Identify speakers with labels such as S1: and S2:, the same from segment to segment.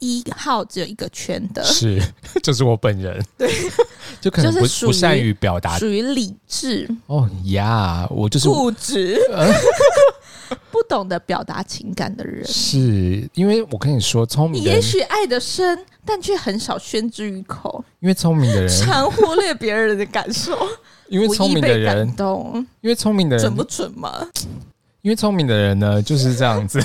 S1: 一号只有一个圈的，
S2: 是，就是我本人，
S1: 对，
S2: 就可能
S1: 就是
S2: 不
S1: 属于
S2: 不善于表达
S1: 属于理智、
S2: 哦呀，我啊就是呃
S1: 固执、 不懂得表达情感的人。
S2: 是因为我跟你说，聪明的
S1: 也
S2: 人，
S1: 许爱得深，但却很少宣之于口，
S2: 因为聪明的人，
S1: 常忽略别人的感受，
S2: 因为
S1: 不
S2: 聪
S1: 易
S2: 明的
S1: 被
S2: 人
S1: 感，动，
S2: 因为聪明的
S1: 准不
S2: 人，
S1: 准嘛？
S2: 因为聪明的人呢，就是这样子。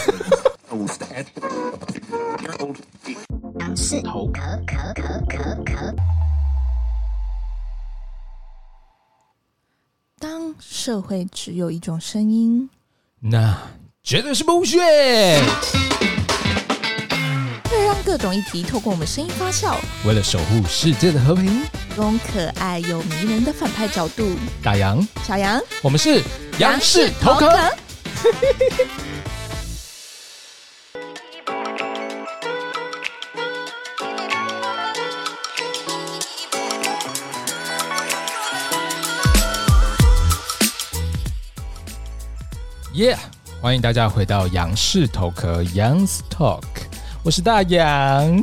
S1: 当社会只有一种声音，
S2: 那绝对是不屑。
S1: 会让各种议题透过我们声音发酵，
S2: 为了守护世界的和平，
S1: 用可爱又迷人的反派角度，
S2: 打烊，
S1: 小杨
S2: 我们是杨氏头壳。耶欢迎大家回到杨氏头壳 Young's Talk，我是大杨。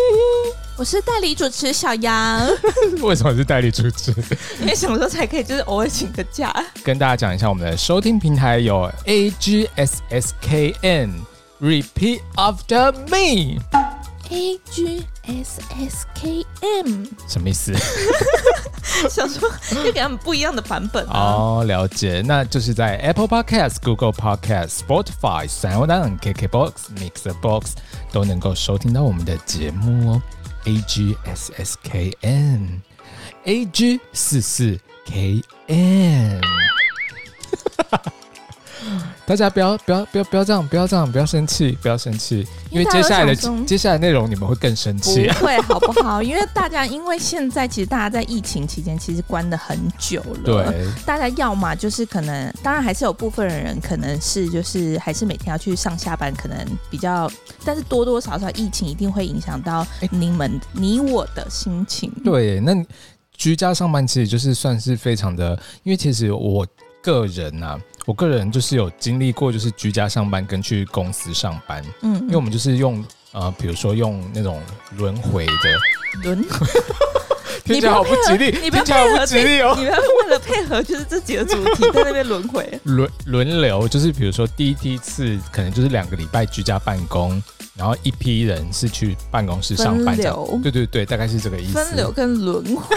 S1: 我是代理主持小杨，
S2: 为什么是代理主持？
S1: 因为什么时候才可以就是偶尔请个假？
S2: 跟大家讲一下，我们的收听平台有 A G S S K N。Repeat after me，
S1: A G S S K M，
S2: 什么意思？
S1: 想说要给他们不一样的版本啊。
S2: 哦，了解，那就是在 Apple Podcast、Google Podcast、Spotify、SoundOn、KKBox、Mixer Box 都能够收听到我们的节目哦。A G S S K N A G 四四 K N，大家不要不要不要不要这样，不要这样，不要生气，不要生气，
S1: 因
S2: 因为
S1: 为大家
S2: 接下来的
S1: 都想说
S2: 接下来内容你们会更生
S1: 不
S2: 气。
S1: 会好不好？因为大家因为现在其实大家在疫情期间其实关的很久了，
S2: 对，
S1: 大家要么就是可能，当然还是有部分人可能是就是还是每天要去上下班，可能比较，但是多多少少疫情一定会影响到你们、你我的心情。，
S2: 哎对，那你居家上班其实就是算是非常的，因为其实我个人啊，我个人就是有经历过，就是居家上班跟去公司上班，
S1: 嗯，
S2: 因为我们就是用呃，比如说用那种轮回的，
S1: 轮，
S2: 听起来好不吉利，
S1: 你不要
S2: 听起来
S1: 配
S2: 好不
S1: 合
S2: 吉利哦。
S1: 你们为了配合就是这几个主题在那边轮回。
S2: 轮轮流就是，比如说第一梯次可能就是两个礼拜居家办公，然后一批人是去办公室上班这样
S1: 分流
S2: 对对对，大概是这个意思。
S1: 分流跟轮 回。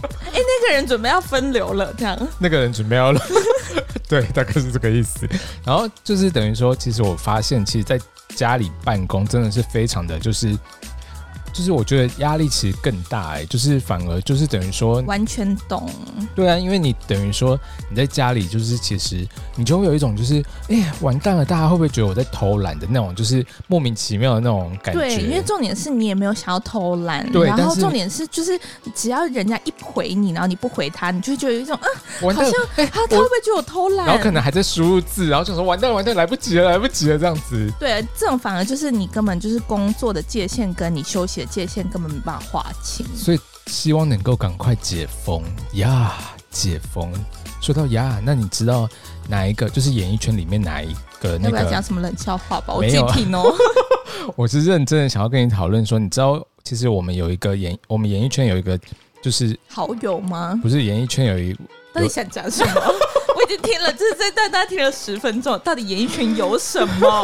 S1: 哎、那个人准备要分流了，这样
S2: 那个人准备要了， 对，大概是这个意思。然后就是等于说，其实我发现，其实在家里办公真的是非常的，就是就是我觉得压力其实更大哎、就是反而就是等于说，
S1: 完全懂。
S2: 对啊，因为你等于说你在家里，就是其实你就会有一种就是，哎、完蛋了，大家会不会觉得我在偷懒的那种，就是莫名其妙的那种感觉？
S1: 对，因为重点是你也没有想要偷懒，
S2: 对
S1: 然
S2: 但
S1: 后
S2: 是
S1: 重点是就是只要人家一回你，然后你不回他，你就会觉得有一种啊，
S2: 完
S1: 好
S2: 蛋
S1: 像
S2: 了，哎、
S1: 他他会不会觉得我偷懒？
S2: 然后可能还在输入字，然后就说完蛋了完蛋了，来不及了，来不及了这样子。
S1: 对，这种反而就是你根本就是工作的界限跟你休息的界限根本没办法划清。
S2: 所以希望能够赶快解封呀解封。说到呀，那你知道哪一个？就是演艺圈里面哪一个那
S1: 要不要
S2: 个
S1: 讲？什么冷笑话吧？我
S2: 没
S1: 自己
S2: 有啊
S1: 听哦。
S2: 我是认真的想要跟你讨论说，你知道，其实我们有一个演，我们演艺圈有一个，就是
S1: 好友吗？
S2: 不是演艺圈有一
S1: 到底想讲什么？ 我已经听了，就是在大家听了十分钟，到底演艺圈有什么？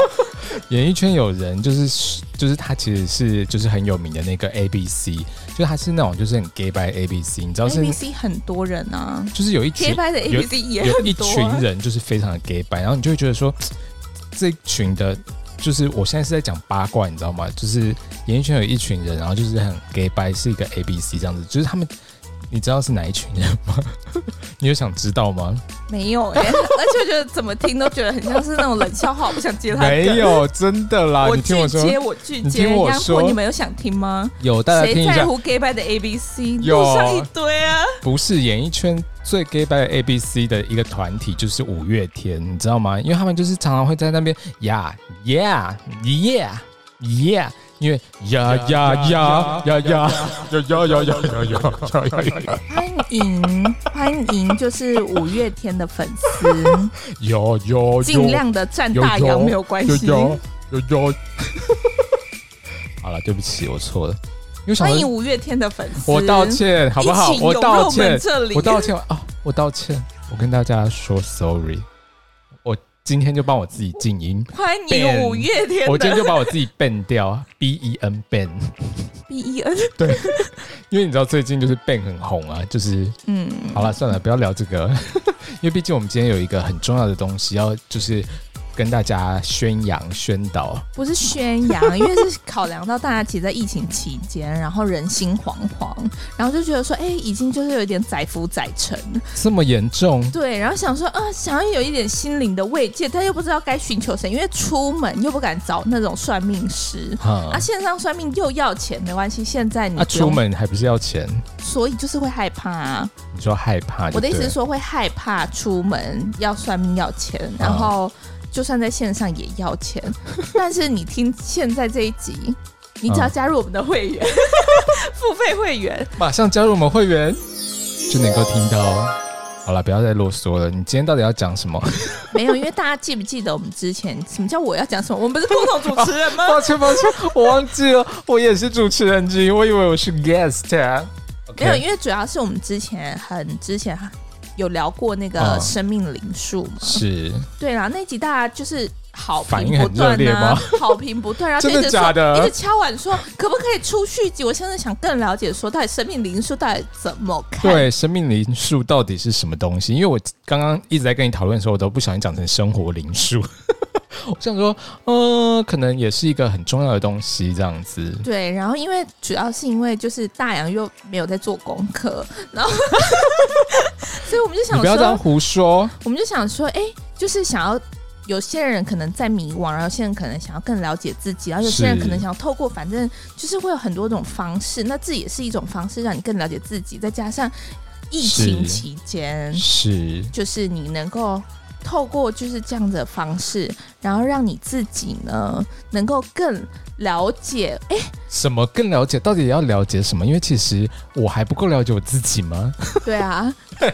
S2: 演艺圈有人就是就是他其实是就是很有名的那个 A B C，就是他是那种就是很 gay 白 A B C，你知道是
S1: A B C 很多人啊
S2: 就是有一群
S1: ，K 拍的 A
S2: 有
S1: B C 也
S2: 有一
S1: 很多、
S2: 群
S1: 啊。
S2: 人就是非常的 gay 白，然后你就会觉得说，这一群的，就是我现在是在讲八卦，你知道吗？就是演艺圈有一群人，然后就是很 gay 白，是一个 A B C 这样子，就是他们，你知道是哪一群人吗？ 你有想知道吗？
S1: 没有 哎、而且我觉得怎么听都觉得很像是那种冷笑话，我不想接他。
S2: 没，有，真的啦，
S1: 我
S2: 你听
S1: 拒
S2: 我说，
S1: 接，我拒
S2: 你
S1: 接。
S2: 听我
S1: 杨
S2: 说
S1: 过，你们有想听吗？
S2: 有大家听
S1: 谁
S2: 一
S1: 在
S2: 下，
S1: 乎 gay 拜的 A B C？
S2: 有
S1: 路上一堆啊，
S2: 不是演艺圈最 gay 白的 A B C 的一个团体，就是五月天，你知道吗？因为他们就是常常会在那边呀呀呀呀，因为呀呀呀呀呀呀呀呀呀呀呀
S1: 欢迎欢迎，就是五月天的粉 丝，
S2: 有有
S1: 尽量的占大洋没有关系。
S2: 有有有，对不起，我错了。因为想
S1: 欢迎
S2: 说
S1: 五月天的粉丝，
S2: 我道歉，好不好
S1: 一？起
S2: 我
S1: 涌入
S2: 道
S1: 我
S2: 歉
S1: 们这，里
S2: 我道歉啊，我道歉，我跟大家说 sorry，我今天就帮我自己静音，
S1: 欢迎五月天
S2: 我今天
S1: 的
S2: 就把我自己 ban 掉，b e n ban，
S1: B E N，
S2: 因为你知道最近就是 ban 很红啊，就是
S1: 嗯，
S2: 好了，算了，不要聊这个，因为毕竟我们今天有一个很重要的东西要就是跟大家宣扬宣导。
S1: 不是宣扬， 因为是考量到大家其实，在疫情期间，然后人心惶惶，然后就觉得说，哎、已经就是有一点载浮载沉，
S2: 这么严重？
S1: 对，然后想说，啊、想要有一点心灵的慰藉，但又不知道该寻求谁，因为出门又不敢找那种算命师。
S2: 哈、
S1: 啊，线上算命又要钱，没关系。现在你
S2: 啊，
S1: 不用
S2: 出，门还不是要钱？
S1: 所以就是会害怕、啊。
S2: 你说害怕就
S1: 我的
S2: 对了？
S1: 意思是说，会害怕出门要算命要钱，然后就算在线上也要钱。 但是你听现在这一集，你只要加入我们的会 员，啊付费会员，
S2: 马上加入我们会员就能够听到哦。好了，不要再啰嗦了。你今天到底要讲什么？
S1: 没有，因为大家记不记得我们之前什么叫我要讲什么？我们不是共同主持人 吗？
S2: 抱歉，抱歉，我忘记了，我也是主持人之一，我以为我是 guest 啊。
S1: 没有，
S2: OK，
S1: 因为主要是我们之前很之前有聊过那个
S2: 嗯
S1: 生命灵数嘛。
S2: 是
S1: 对啦，那一集大家就是好
S2: 反
S1: 评
S2: 应
S1: 不
S2: 很热
S1: 断
S2: 烈
S1: 啊
S2: 吗，
S1: 好评不断，然后就
S2: 真
S1: 一
S2: 的
S1: 直
S2: 假
S1: 说，
S2: 的
S1: 一直敲碗说可不可以出续集？我现在想更了解说到底生命灵数到底怎么看？
S2: 对生命灵数到底是什么东西？因为我刚刚一直在跟你讨论的时候，我都不小心讲成生活灵数。 我想说，嗯、可能也是一个很重要的东西，这样子。
S1: 对然后因为主要是因为就是大洋又没有在做功课，然后 所以我们就
S2: 你
S1: 想
S2: 不要这样
S1: 说，
S2: 胡说。
S1: 我们就想说，哎、就是想要。有些人可能在迷惘，然后有些人可能想要更了解自己，然后有些人
S2: 是
S1: 可能想要透过，反正就是会有很多种方式。那这也是一种方式，让你更了解自己。再加上疫情
S2: 是
S1: 期间，
S2: 是，
S1: 就是你能够透过就是这样的方式，然后让你自己呢能够更了解，哎、
S2: 什么更了解？到底要了解什么？因为其实我还不够了解我自己吗？
S1: 对啊，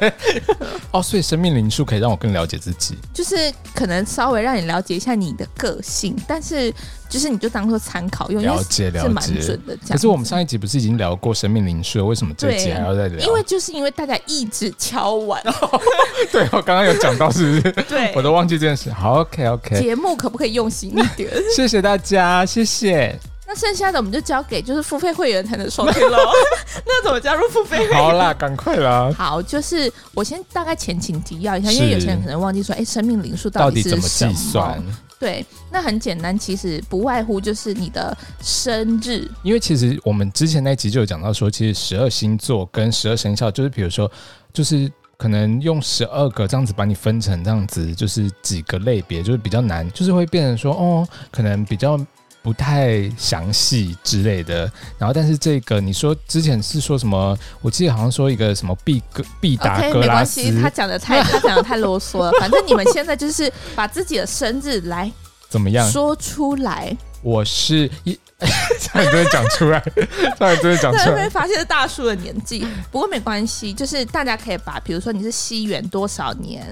S2: 哦，所以生命灵数可以让我更了解自己。
S1: 就是可能稍微让你了解一下你的个性，但是就是你就当做参考用，因为
S2: 了解了
S1: 是蛮
S2: 解
S1: 准。的这样。
S2: 可是我们上一集不是已经聊过生命灵数了？为什么这一集
S1: 对
S2: 还要再聊？
S1: 因为就是因为大家一直敲碗，
S2: 对我刚刚有讲到，是不是？
S1: 对
S2: 我都忘记这件事。好，OK OK，
S1: 节目可不可以用心一 点？
S2: 谢谢大家，谢谢。
S1: 那剩下的我们就交给就是付费会员才能收听喽。那怎么加入付费会员？
S2: 好啦，赶快啦。
S1: 好，就是我先大概前情提要一下，因为
S2: 是
S1: 有些人可能忘记说，哎、生命灵数
S2: 到
S1: 底
S2: 底
S1: 是
S2: 怎么
S1: 什
S2: 计算？
S1: 对，那很简单，其实不外乎就是你的生日，
S2: 因为其实我们之前那集就有讲到说，其实十二星座跟十二生肖，就是比如说，就是可能用十二个这样子把你分成这样子，就是几个类别，就是比较难，就是会变成说，哦，可能比较不太详细之类的。然后，但是这个你说之前是说什么？我记得好像说一个什么毕格毕达
S1: OK，
S2: 哥
S1: 没
S2: 拉
S1: 关
S2: 斯
S1: 系，他讲的 太他讲的太啰嗦了，反正你们现在就是把自己的生日来
S2: 怎么样？
S1: 说出来，
S2: 我是一，差点真的讲出来，差点真的 讲
S1: 大
S2: 出
S1: 家会
S2: 来。
S1: 发现是大叔的年纪，不过没关系，就是大家可以把，比如说你是西元多少年，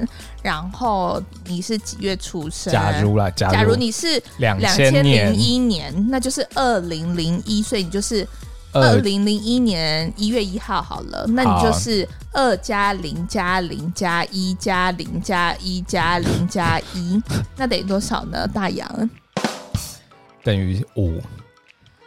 S1: 然后你是几月出生，
S2: 假如啦，
S1: 假
S2: 假
S1: 如
S2: 如
S1: 你是
S2: 两
S1: 两
S2: 千
S1: 千
S2: 年
S1: 零一年，那就是二零零一，所以你就是二
S2: 呃
S1: 零零一年一月一号好了，那
S2: 好
S1: 你就是二加零加零加一加零加一加零加一，那等于多少呢？大洋
S2: 等于五。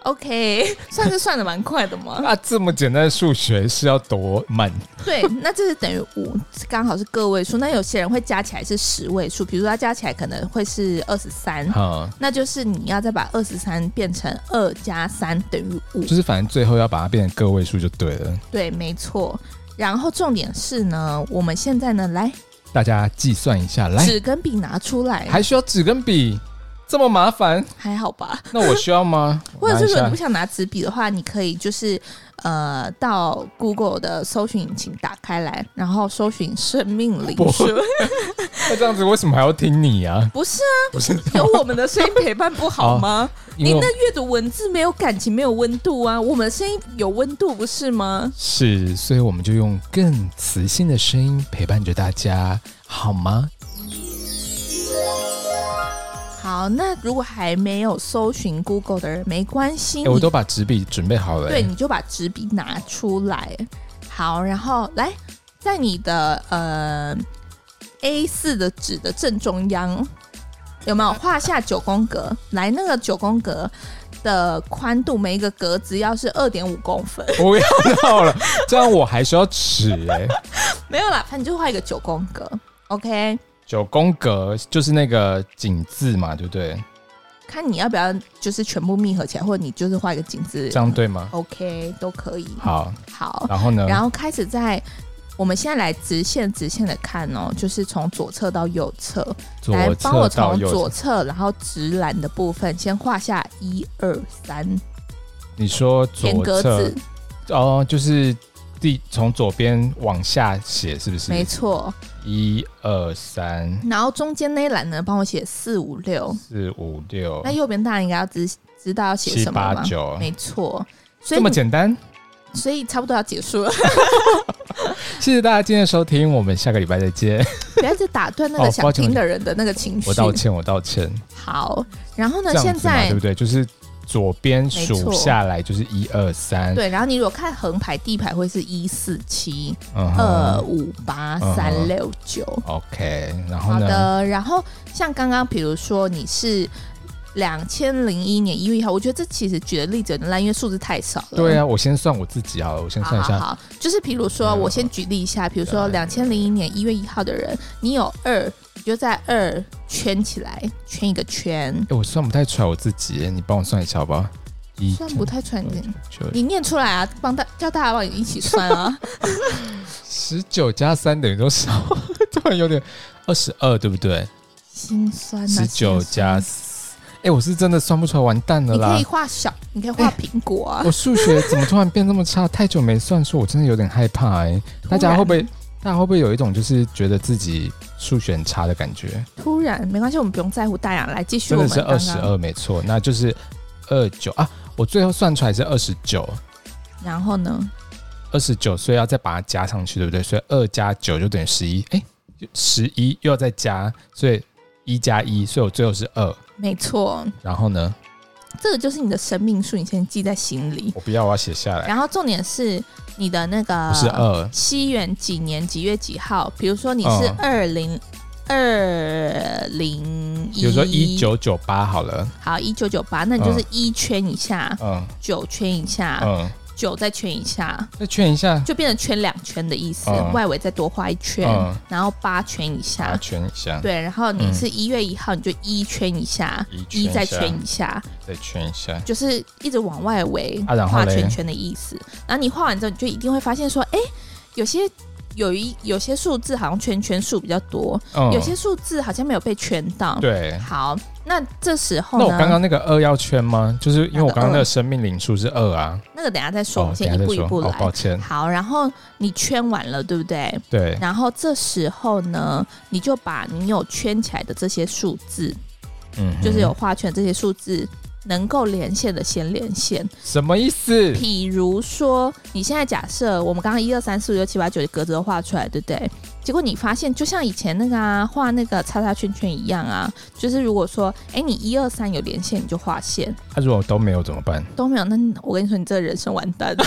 S1: ，OK，算是算的蛮快的 嘛。
S2: 啊，这么简单的数学是要多慢？
S1: 对，那这是等于五，刚好是个位数。那有些人会加起来是十位数，比如说他加起来可能会是二十三，
S2: 哈、
S1: 那就是你要再把二十三变成二加三等于五。
S2: 就是反正最后要把它变成个位数就对了。
S1: 对，没错。然后重点是呢，我们现在呢，来
S2: 大家计算一下，来，
S1: 纸跟笔拿出来，
S2: 还需要纸跟笔，这么麻烦？
S1: 还好吧？
S2: 那我需 要吗？
S1: 或者
S2: 我
S1: 是
S2: 拿
S1: 如
S2: 一
S1: 果你
S2: 下
S1: 不，想拿纸笔的话，你可以就是呃到 Google 的搜寻引擎打开来，然后搜寻生命灵
S2: 不
S1: 数。
S2: 那这样子为什么还要听你啊？
S1: 不是啊，
S2: 不是，
S1: 有我们的声音陪伴不
S2: 哦
S1: 好吗？你
S2: 因为
S1: 那阅读文字没有感情，没有温度啊！我们的声音有温度，不是吗？
S2: 是，所以我们就用更磁性的声音陪伴着大家，好吗？
S1: 好，那如果还没有搜寻 Google 的人，没关系，
S2: 哎，我
S1: 你
S2: 都把纸笔准备好了、
S1: 对，你就把纸笔拿出来。好，然后来在你的呃 A 四的纸的正中央，有没有画下九宫格？来，那个九宫格的宽度，每一个格子要是二点五公分，
S2: 不要闹了，这样我还需要尺哎、
S1: 没有啦，反正你就画一个九宫格。OK，
S2: 九宫格就是那个井字嘛，对不对？
S1: 看你要不要就是全部密合起来，或者你就是画一个井字
S2: 这样对吗？
S1: ，OK 都可以。
S2: 好，
S1: 好，
S2: 然后呢？
S1: 然后开始在我们现在来直线直线的看哦，就是从左侧到右侧，来
S2: 左
S1: 帮我
S2: 侧到
S1: 从
S2: 右
S1: 左
S2: 侧，
S1: 侧，然后直栏的部分先画下一二三
S2: 你说
S1: 田
S2: 左
S1: 格
S2: 侧
S1: 子，
S2: 哦，就是第从左边往下写，是不是？
S1: 没，错。
S2: 一二三
S1: 然后中间那一栏呢，帮我写四五六。
S2: 四五六
S1: 那右边大家应该要知知道要写
S2: 七
S1: 什么
S2: 八
S1: 吗？
S2: 九，
S1: 没错，所
S2: 这
S1: 以
S2: 么简单。
S1: 所以差不多要结 束了，
S2: 谢谢大家今天的收听，我们下个礼拜 再见。
S1: 不要一直打断那
S2: 哦
S1: 个想
S2: 抱歉
S1: 听的人的那个情绪
S2: 我。道歉，我道歉。
S1: 好，然后呢
S2: 这，样
S1: 现
S2: 子嘛，
S1: 在
S2: 对不对？就是左边
S1: 没
S2: 数
S1: 错
S2: 下来就是一二三，
S1: 对，然后你如果看横排、地排会是一四七
S2: 嗯哼
S1: 二五八三
S2: 嗯
S1: 六九。
S2: OK，然后
S1: 好
S2: 呢？
S1: 的，然后像刚刚，比如说你是两千零一年一月一号，我觉得这其实举的例子有点烂，因为数字太少了。
S2: 对啊，我先算我自己好了，我先
S1: 好
S2: 算一
S1: 好
S2: 下，
S1: 好，就是比如说，
S2: 嗯
S1: 我先举例一下，比如
S2: 啊
S1: 说两千零一年一月一号的人，你有二，你就在二圈起来，圈一个圈，
S2: 哎，我算不太出来我自己，你帮我算一下好不好？一
S1: 算不太传
S2: 对
S1: 神。
S2: 九
S1: 你念出来啊，帮大叫大家帮你一起算啊。
S2: 十九加三等于多少？ 突然有点二十二，对不对？
S1: 心酸啊，
S2: 十九
S1: 心酸
S2: 加四，哎，我是真的算不出来，完蛋了
S1: 你可
S2: 啦
S1: 以！画小，你可以画苹果 啊。
S2: 我数学怎么突然变这么差？太久没算数，我真的有点害怕哎。大家会不会？大家会不会有一种就是觉得自己数学很差的感觉？
S1: 突然没关系，我们不用在乎大雅，来继续
S2: 真
S1: 我
S2: 的
S1: 们
S2: 是
S1: 刚
S2: 二
S1: 刚
S2: 十二，没错，那就是二九啊！我最后算出来是二十九，
S1: 然后呢？
S2: 二十九岁要再把它加上去，对不对？所以二加九就等于十一，哎，十一又要再加，所以一加一，所以我最后是二。
S1: 没错，
S2: 然后呢，
S1: 这个就是你的生命数，你先记在心里。
S2: 我不要，我要写下来，
S1: 然后重点是你的那个
S2: 不是二，
S1: 西元几年几月几号？比如说你是
S2: 嗯
S1: 二零二零一，
S2: 比如说一九哦九八好了，
S1: 好一九九八，那你就是一圈一下，
S2: 嗯
S1: 九圈一下，
S2: 嗯，
S1: 九再圈一下，
S2: 再圈一下，
S1: 就变成圈两圈的意思。
S2: 嗯
S1: 外围再多画一圈，
S2: 嗯，
S1: 然后八圈一下，
S2: 把它圈一下，
S1: 对，然后你
S2: 啊嗯
S1: 是一月一号，你就一圈一下，
S2: 一圈
S1: 一再
S2: 一下
S1: 圈一下，
S2: 再圈一下，
S1: 就是一直往外围
S2: 啊然后
S1: 画
S2: 嘞
S1: 圈圈的意思。然后你画完之后，你就一定会发现说，哎，有些有一有些数字好像圈圈数比较多，
S2: 嗯，
S1: 有些数字好像没有被圈到。，
S2: 对。
S1: 好，那这时候
S2: 那
S1: 呢，
S2: 我刚刚那个二要圈吗？就是因为我刚刚那
S1: 哪个
S2: 个
S1: 二
S2: 生命灵数是二啊，
S1: 那个等一下再啊说，我
S2: 哦，
S1: 们先
S2: 等下
S1: 一
S2: 再
S1: 步一
S2: 说，
S1: 步
S2: 哦，抱
S1: 来。
S2: 歉，
S1: 好，然后你圈完了，对不对？
S2: 对，
S1: 然后这时候呢，你就把你有圈起来的这些数字，
S2: 嗯哼，
S1: 就是有画圈这些数字能够连线的先连线。
S2: 什么意思？
S1: 比如说，你现在假设我们刚刚一二三四五六七八九的格子都画出来，对不对？结果你发现，就像以前那个啊，画那个叉叉圈圈一样啊，就是如果说，哎，你一二三有连线，你就画线；
S2: 他、如果都没有怎么办？
S1: 都没有，那我跟你说，你这个人生完蛋。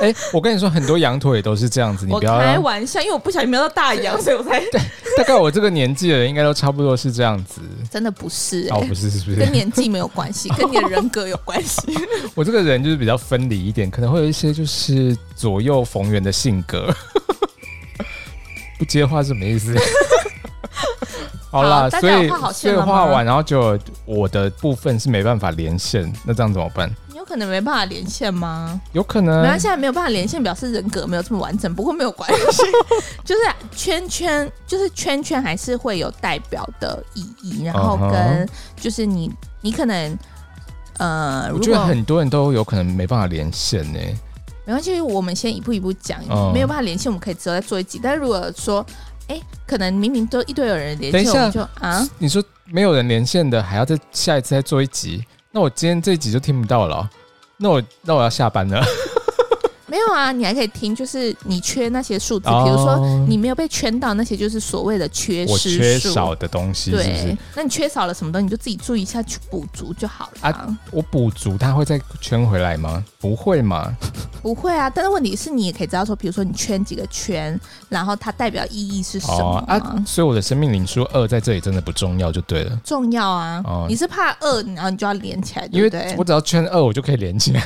S2: 哎、我跟你说，很多羊驼也都是这样 子，你
S1: 我
S2: 不要
S1: 开
S2: 让。
S1: 玩笑，因为我不小心瞄到大洋，所以我才
S2: 大概我这个年纪的人，应该都差不多是这样子。
S1: 真的不是、
S2: 哦，
S1: 哎
S2: 不是，是不
S1: 跟
S2: 是？
S1: 年纪没有关系，跟 你的人格有关系。
S2: 我这个人就是比较分离一点，可能会有一些就是左右逢源的性格。 不接话是什么意思？ 好啦，
S1: 好大
S2: 所
S1: 家有
S2: 以
S1: 画好
S2: 所
S1: 线
S2: 以
S1: 了吗
S2: 画完，然后就我的部分是没办法连线，那这样怎么办？
S1: 你有可能没办法连线吗？
S2: 有可
S1: 没
S2: 能
S1: 关系，啊没有办法连线，表示人格没有这么完整。不过没有关 系，就是圈圈，就是圈圈还是会有代表的意义，然后
S2: 嗯哼
S1: 跟就是你，你可能呃，
S2: 我
S1: 如
S2: 觉得
S1: 果
S2: 很多人都有可能没办法连线呢、
S1: 没关系，我们先一步一步讲
S2: 嗯，
S1: 没有办法连线，我们可以之后再做一集。但如果说哎、可能明明都一堆有人连
S2: 等一
S1: 线，
S2: 下
S1: 我们就啊，
S2: 你说没有人连线的，还要再下一次再做一集？那我今天这一集就听不到了哦、那我那我要下班了。
S1: 没有啊，你还可以听，就是你缺那些数字，
S2: 哦
S1: 比如说你没有被圈到，那些就是所谓的缺
S2: 我缺
S1: 失数。
S2: 少的东西是不是
S1: 对？，那你缺少了什么东西，你就自己注意一下去补足就好了啊、
S2: 啊我补足，它会再圈回来吗？不会嘛？
S1: 不会啊，但是问题是你也可以知道说，比如说你圈几个圈，然后它代表意义是什么、
S2: 哦啊，所以我的生命灵数二在这里真的不重要就对了，
S1: 重要啊！
S2: 哦
S1: 你是怕饿，然后你就要连起来，
S2: 因
S1: 对不
S2: 为
S1: 对
S2: 我？只要圈二，我就可以连起来。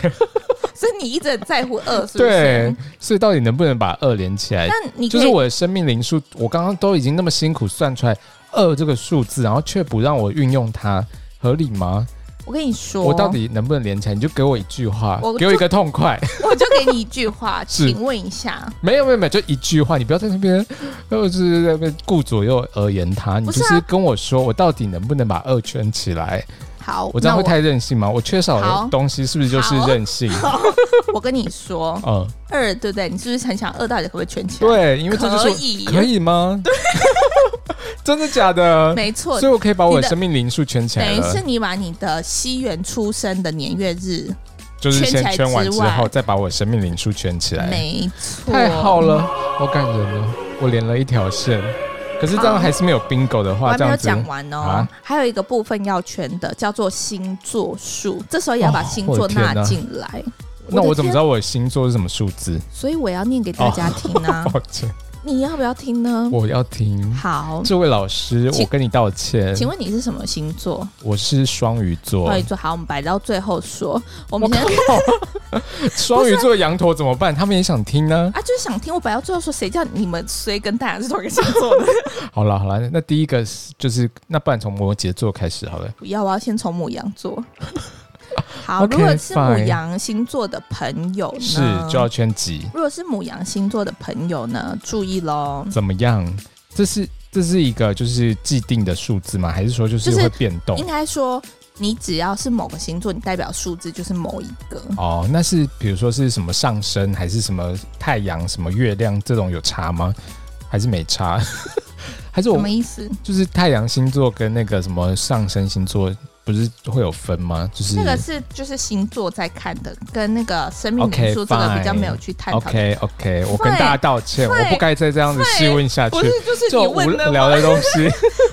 S1: 所以你一直很在乎饿，是不
S2: 对
S1: 是？，
S2: 所以到底能不能把二连起来？
S1: 但你可
S2: 就
S1: 以
S2: 是我的生命灵数，我刚刚都已经那么辛苦算出来二这个数字，然后却不让我运用它，合理吗？
S1: 我跟你说，
S2: 我到底能不能连起来？你就给我一句话
S1: 哦我，就
S2: 给我一个痛快。
S1: 我就给你一句话，
S2: 是
S1: 请问一下，
S2: 没有没有没有，就一句话，你不要在那边，呃就是在那边顾左右而言他，你
S1: 不
S2: 就是
S1: 啊
S2: 是跟我说，我到底能不能把二圈起来？
S1: 好，
S2: 我这样
S1: 那
S2: 会太任性吗？我缺少
S1: 好
S2: 的东西是不是就是
S1: 好
S2: 任性？
S1: 我跟你说，
S2: 嗯，
S1: 二对不对？你是不是很想二到底可不可以圈起来？，
S2: 对，因为这就是我
S1: 可以啊
S2: 可以吗？ 真的假的？
S1: 没错
S2: 所。以我可以把我
S1: 你
S2: 的
S1: 的
S2: 生命灵数圈起来
S1: 等于是
S2: 了，
S1: 你把你的西元出生的年月日，
S2: 就是
S1: 圈起
S2: 先
S1: 来
S2: 圈完
S1: 之
S2: 之
S1: 外
S2: 后，再把我生命灵数圈起来。
S1: 没错，
S2: 太好了，好感人哦！我连了一条线，可是这样
S1: 好
S2: 还是没有 bingo 的
S1: 我
S2: 话，
S1: 还
S2: 这
S1: 没有
S2: 样子
S1: 讲完哦，
S2: 啊
S1: 还有一个部分要圈的叫做星座数，这时候也要把星
S2: 哦
S1: 座纳进来。
S2: 那我怎么知
S1: 道？
S2: 道我的星座是什么数字？
S1: 啊所以我要念给大家听啊，
S2: 抱歉，
S1: 你要不要听呢？
S2: 哦我要听。
S1: 好，
S2: 这位老师，
S1: 请
S2: 我跟你道歉。
S1: 请问你哎是什么星座？
S2: 我是双鱼座
S1: 双鱼。座。好，我们摆到最后说，我
S2: 我
S1: 们
S2: 靠
S1: 先！
S2: 双鱼座羊驼怎么办？他们也想听呢。
S1: 啊，就是想听我摆到最后说，谁叫你们谁跟大家是同一个星座的？
S2: 好了好了，那第一个是就是，那不然从摩羯座开始好了。
S1: 不要，我要先从母羊 座。好
S2: OK，
S1: 如果是母
S2: fine
S1: 羊星座的朋友呢？
S2: 是就要圈几？
S1: 如果是母羊星座的朋友呢，注意喽，
S2: 怎么样？这是这是一个就是既定的数字吗？还是说就是
S1: 就是
S2: 会变动？
S1: 应该说，你只要是某个星座，你代表数字就是某一个。
S2: 哦，那是比如说是什么上升，还是什么太阳、什么月亮这种有差吗？还是没差？ 还是
S1: 什
S2: 我嗯
S1: 么意思？
S2: 就是太阳星座跟那个什么上升星座不是会有分吗？就是
S1: 那个是就是星座在看的，跟那个生命
S2: OK，
S1: 灵数这个
S2: fine
S1: 比较没有去探讨。
S2: OK OK，我跟大家道歉，我
S1: Fine，
S2: 不该再这样子
S1: Fine，
S2: 细问下去
S1: 不是。，就是
S2: 这
S1: 你
S2: 种无
S1: 问的吗？
S2: 聊的东西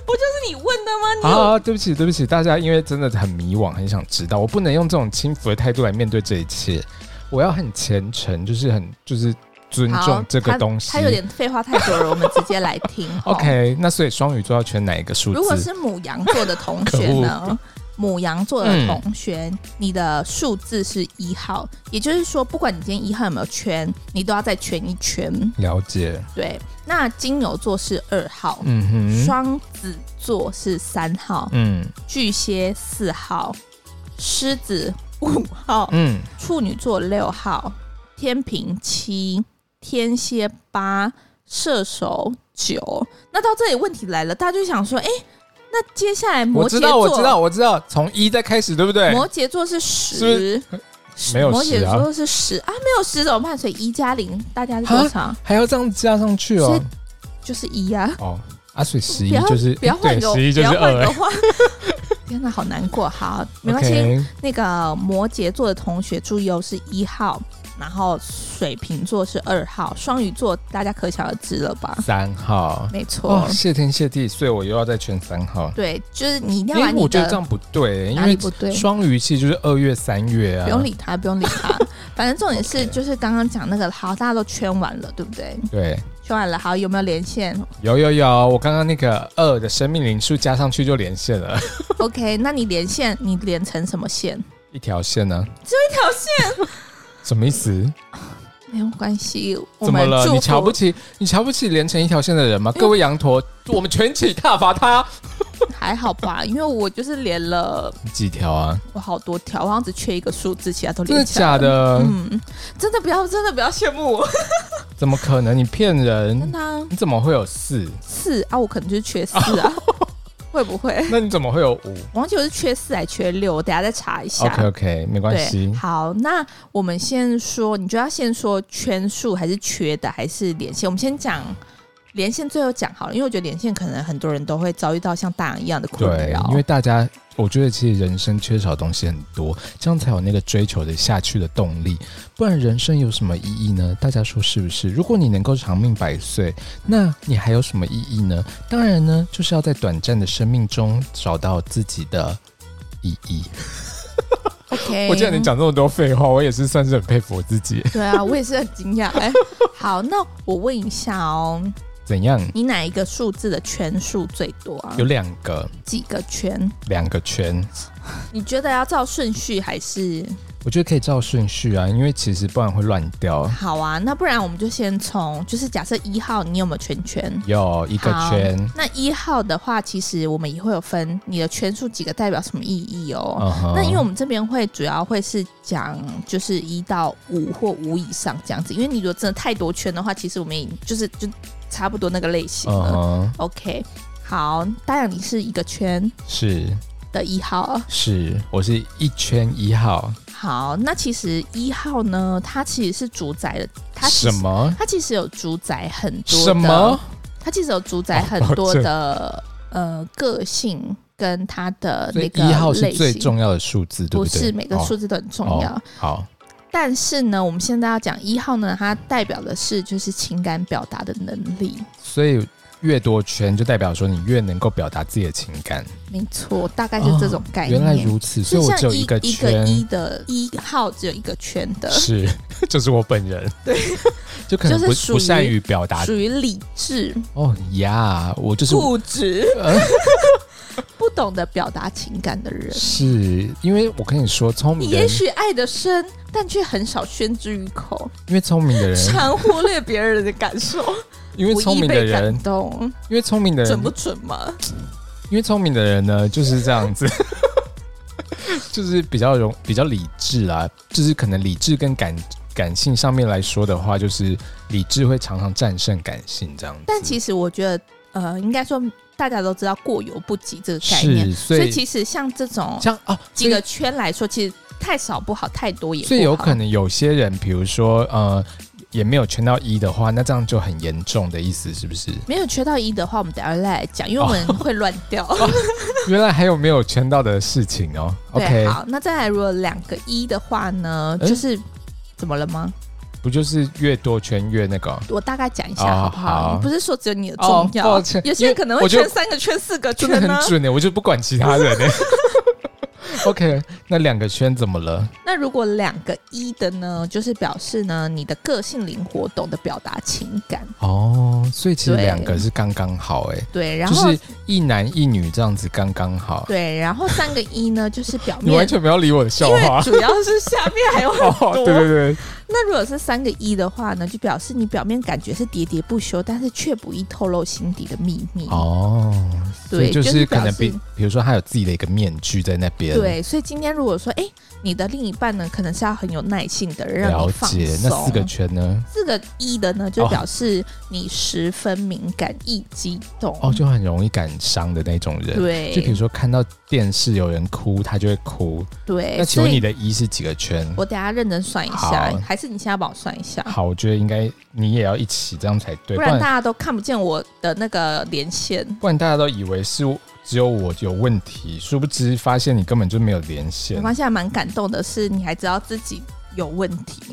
S1: 不就是你问的吗？你有、
S2: 啊！对不起，对不起，大家因为真的很迷惘，很想知道，我不能用这种轻浮的态度来面对这一切，我要很虔诚，就是很就是尊重
S1: 好
S2: 这个
S1: 他
S2: 东西。。
S1: 他有点废话太多了，我们直接来听
S2: OK，那 所以双鱼座要选哪一个数
S1: 如果
S2: 字？
S1: 是母羊座的同学
S2: 可
S1: 呢？母羊座的同学，你的数字是一号，也就是说，不管你今天一号有没有圈，你都要再圈一圈。
S2: 了解，
S1: 对，那金牛座是二号，
S2: 嗯哼，
S1: 双子座是三号，
S2: 嗯
S1: 巨蟹四号，狮子五号，
S2: 嗯，
S1: 处女座六号，天平七，天蝎八，射手九。那到这里问题来了，大家就想说，哎、那接下来摩
S2: 我
S1: 羯
S2: 知
S1: 座，
S2: 道，我知道，我知道，从一再开始，对不对？
S1: 摩羯座是十
S2: 是。没有
S1: 摩
S2: 十
S1: 羯
S2: 啊
S1: 座是十啊，没有十怎么办？所以一加零，大家是多少？
S2: 还要这样加上去
S1: 所
S2: 哦
S1: 以。就是一呀、啊。
S2: 哦，啊，所以十一
S1: 不要
S2: 就是
S1: 不要换
S2: 对，
S1: 个，
S2: 十一
S1: 不
S2: 就
S1: 要
S2: 是
S1: 换
S2: 二哎
S1: 个。话。 天哪，好难过。好，没关系。
S2: OK，
S1: 那个摩羯座的同学注意哦，是一号，然后水瓶座是二号，双鱼座大家可想而知了吧？
S2: 三号。
S1: 没错，
S2: 哦，谢天谢地，所以我又要再圈三号。
S1: 对，就是你一定要把
S2: 因为
S1: 你
S2: 我觉得这
S1: 的
S2: 样不对，因
S1: 哪里
S2: 为
S1: 不对，
S2: 双鱼其实就是二月、三月啊。
S1: 不用理他，不用理 他。反正重点是，
S2: OK
S1: 就是刚刚讲那个，好，大家都圈完了，对不对？
S2: 对，
S1: 圈完了，好，有没有连线
S2: 有有有，我刚刚那个二的生命灵数加上去就连线了，
S1: ？OK，那你连线，你连成什么线？
S2: 一条线呢？
S1: 一条线
S2: 什么意思？
S1: 没有关系，我
S2: 怎么
S1: 们
S2: 了？
S1: 祝
S2: 你瞧
S1: 福嗯
S2: 不起你瞧不起连成一条线的人吗？
S1: 因为
S2: 各位羊驼，我们全体踏伐他。
S1: 还好 吧？因为我就是连了
S2: 几条啊？
S1: 我好多条，我好像只缺一个数字，其他都
S2: 真的
S1: 连起来了
S2: 假的？
S1: 嗯，真的不要，真的不要羡慕我。
S2: 怎么可能？你骗
S1: 真
S2: 人！
S1: 的啊
S2: 你怎么会有四？
S1: 四啊，我可能就是缺四啊，
S2: 哦
S1: 会不会？
S2: 那你怎么会有五
S1: 我忘记我是缺四还缺六，我等一下再查一下。
S2: ？OK OK，没关
S1: 对，
S2: 系。
S1: 好，那我们先说，你就要先说圈数还是缺的还是连线？我们先讲连线，最后讲好了，因为我觉得连线可能很多人都会遭遇到像大人一样的困
S2: 对
S1: 扰，
S2: 因。为大家我觉得其实人生缺少东西很多，这样才有那个追求的下去的动力，不然人生有什么意义呢？大家说是不是？如果你能够长命百岁，那你还有什么意义呢？当然呢，就是要在短暂的生命中找到自己的意义。
S1: OK，
S2: 我记得你。讲这么多废话，我也是算是很佩服我自己。
S1: 对啊，我也是很惊讶。 哎、好，那我问一下哦，
S2: 怎样？
S1: 你哪一个数字的圈数最多啊？
S2: 有两个
S1: 几个圈？
S2: 两个圈，
S1: 你觉得要照顺序还是
S2: 我觉得可以照顺序啊，因为其实不然会乱掉。
S1: 好啊？那不然我们就先从，就是假设一号你有没有圈圈？
S2: 有一个
S1: 好
S2: 圈，
S1: 那一号的话，其实我们也会有分你的圈数几个代表什么意义哦。
S2: 嗯哼
S1: 那因为我们这边会主要会是讲就是一到五或五以上这样子，因为你如果真的太多圈的话，其实我们也就是就差不多那个类型
S2: 嗯
S1: 了。
S2: 哼，
S1: OK，好，大洋你是一个圈
S2: 是
S1: 的一号。
S2: 是，我是一圈一号，
S1: 好，那其实一号呢，它其实是主宰的，它其
S2: 什
S1: 实
S2: 么
S1: 它其实有主宰很多的
S2: 什么？哦
S1: 它其实有主宰很多的、呃个性跟它的
S2: 所
S1: 那
S2: 以
S1: 个
S2: 一号是
S1: 类型，
S2: 最重要的数字，对
S1: 不
S2: 对？
S1: 是每个数字都很重要。
S2: 哦哦好，
S1: 但是呢，我们现在要讲一号呢，它代表的是就是情感表达的能力。
S2: 所以越多圈就代表说你越能够表达自己的情感。
S1: 没错，大概就是这种概念。
S2: 哦原来如此，所以
S1: 就
S2: 我
S1: 像
S2: 只有
S1: 一
S2: 个
S1: 一个
S2: 圈，
S1: 一的一号只有一个圈的，
S2: 是 就是我本 人。对， 就可能
S1: 就
S2: 不
S1: 是属于
S2: 不善于表达
S1: 属于理智、
S2: 哦呀，我就是
S1: 固执、
S2: 呃
S1: 不懂得表达情感的人。
S2: 是因为我跟你说，聪
S1: 你
S2: 明的
S1: 也
S2: 人，
S1: 许爱得深，但却很少宣之于口，
S2: 因为聪明的人，
S1: 常忽略别人的感受，
S2: 因为
S1: 不
S2: 聪
S1: 易
S2: 明的
S1: 被感
S2: 人，
S1: 动，
S2: 因为聪明的
S1: 准
S2: 人
S1: 不，准嘛？
S2: 因为聪明的人呢，就是这样子， 就是比较容比较理智啦，就是可能理智跟感感性上面来说的话，就是理智会常常战胜感性这样子。
S1: 但其实我觉得，呃，应该说大家都知道过犹不及这个概念，
S2: 是，所
S1: 所以
S2: 以
S1: 其实像这种
S2: 像啊，
S1: 几个圈来说，其实太少不好，太多也不好
S2: 所以有可能有些人，比如说呃，也没有圈到一的话，那这样就很严重的意思，是不是？
S1: 没有缺到一的话，我们等一下再来讲，因为我
S2: 哦
S1: 们会乱 掉。
S2: 原来还有没有圈到的事情哦。OK，
S1: 对，好，那再来，如果两个一的话呢，
S2: 诶
S1: 就是怎么了吗？
S2: 不就是越多圈越那个哦？
S1: 我大概讲一
S2: 哦
S1: 下好不好？
S2: 好
S1: 你不是说只有你的重
S2: 哦
S1: 要
S2: 抱歉，
S1: 有些人可能
S2: 因为
S1: 会
S2: 我觉得
S1: 圈三个、圈四个
S2: 真
S1: 圈
S2: 的
S1: 呢
S2: 很。准呢，欸我就不管其他人呢。OK，那 两个圈怎么了？
S1: 那如果两个一的呢，就是表示呢你的个性灵活，懂得表达情感，
S2: 哦，所以其实
S1: 对
S2: 两个是刚刚好，哎，
S1: 对，然
S2: 就
S1: 后
S2: 是一男一女这样子刚刚好。
S1: 对，然后三个一呢，就是表
S2: 你完
S1: 面。
S2: 全不要理我的笑
S1: 因为
S2: 话。
S1: 主要是下面还有
S2: 哦，
S1: 很多，
S2: 对对对，
S1: 那如果是三个一的话呢，就表示你表面感觉是喋喋不休，但是却不易透露心底的秘密。
S2: 哦，所
S1: 对，
S2: 以就是可
S1: 表
S2: 能
S1: 示
S2: 比，比如说他有自己的一个面具在那边。
S1: 对，所以今天如果说，哎、你的另一半呢，可能是要很有耐性的，让
S2: 了
S1: 你放
S2: 解
S1: 松。，
S2: 那四个圈呢？
S1: 四个一的呢，就
S2: 哦
S1: 表示你十分敏感、易激动。
S2: 哦，就很容易感伤的那种人。
S1: 对，
S2: 就比如说看到电视有人哭，他就会哭。
S1: 对，
S2: 那请问
S1: 所以
S2: 你的一是几个圈？
S1: 我等一下认真算一下
S2: 好，
S1: 还是你现在帮我算一下？
S2: 好，我觉得应该你也要一起，这样才对。
S1: 不
S2: 不
S1: 然
S2: 然
S1: 大家都看不见我的那个连线。
S2: 不然大家都以为是只有我有问题，殊不知发现你根本就没有连
S1: 没
S2: 线。
S1: 关系，还蛮感动的是，你还知道自己有问 题。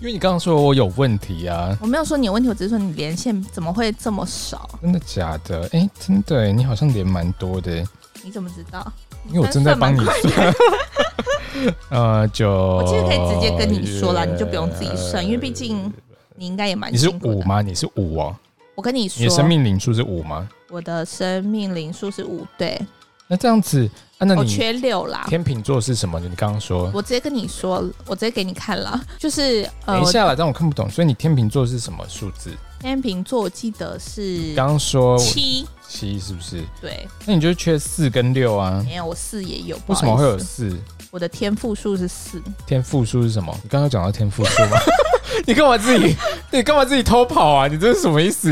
S2: 因为你刚刚说我有问题啊，
S1: 我没有说你有问题，我只是说你连线怎么会这么少？
S2: 真的假的？哎、真的耶，你好像连蛮多的耶，
S1: 你怎么知道？
S2: 因为我正在帮你
S1: 你算蛮快
S2: 算。呃，就
S1: 我
S2: 我
S1: 其实可以直接跟
S2: 哦
S1: 你说啦，你就不用自己算，因为毕竟你应该也蛮
S2: 你是
S1: 辛苦
S2: 五
S1: 的。
S2: 吗？你是五哦，
S1: 我跟你
S2: 你
S1: 说
S2: 的，生命灵数是五吗？
S1: 我的生命灵数是五，对
S2: 那这样子，啊、那
S1: 我
S2: 你
S1: 哦缺六啦。
S2: 天啊秤座是什么？你刚刚说，
S1: 我直接跟你说，我直接给你看了，就是呃
S2: 等一，下啦，但我看不懂，所以你天秤座是什么数字？
S1: 我天秤座我记得是
S2: 刚刚说我
S1: 七，
S2: 七是不是？
S1: 对，
S2: 那你就缺四跟六啊？
S1: 没有我四也有，不
S2: 为
S1: 好
S2: 什么会有
S1: 意思
S2: 四？
S1: 我的天赋数是四？
S2: 天赋数是什么？你刚刚讲到天赋数 吗？你干嘛自己？你干嘛自己偷跑啊？你这是什么意思？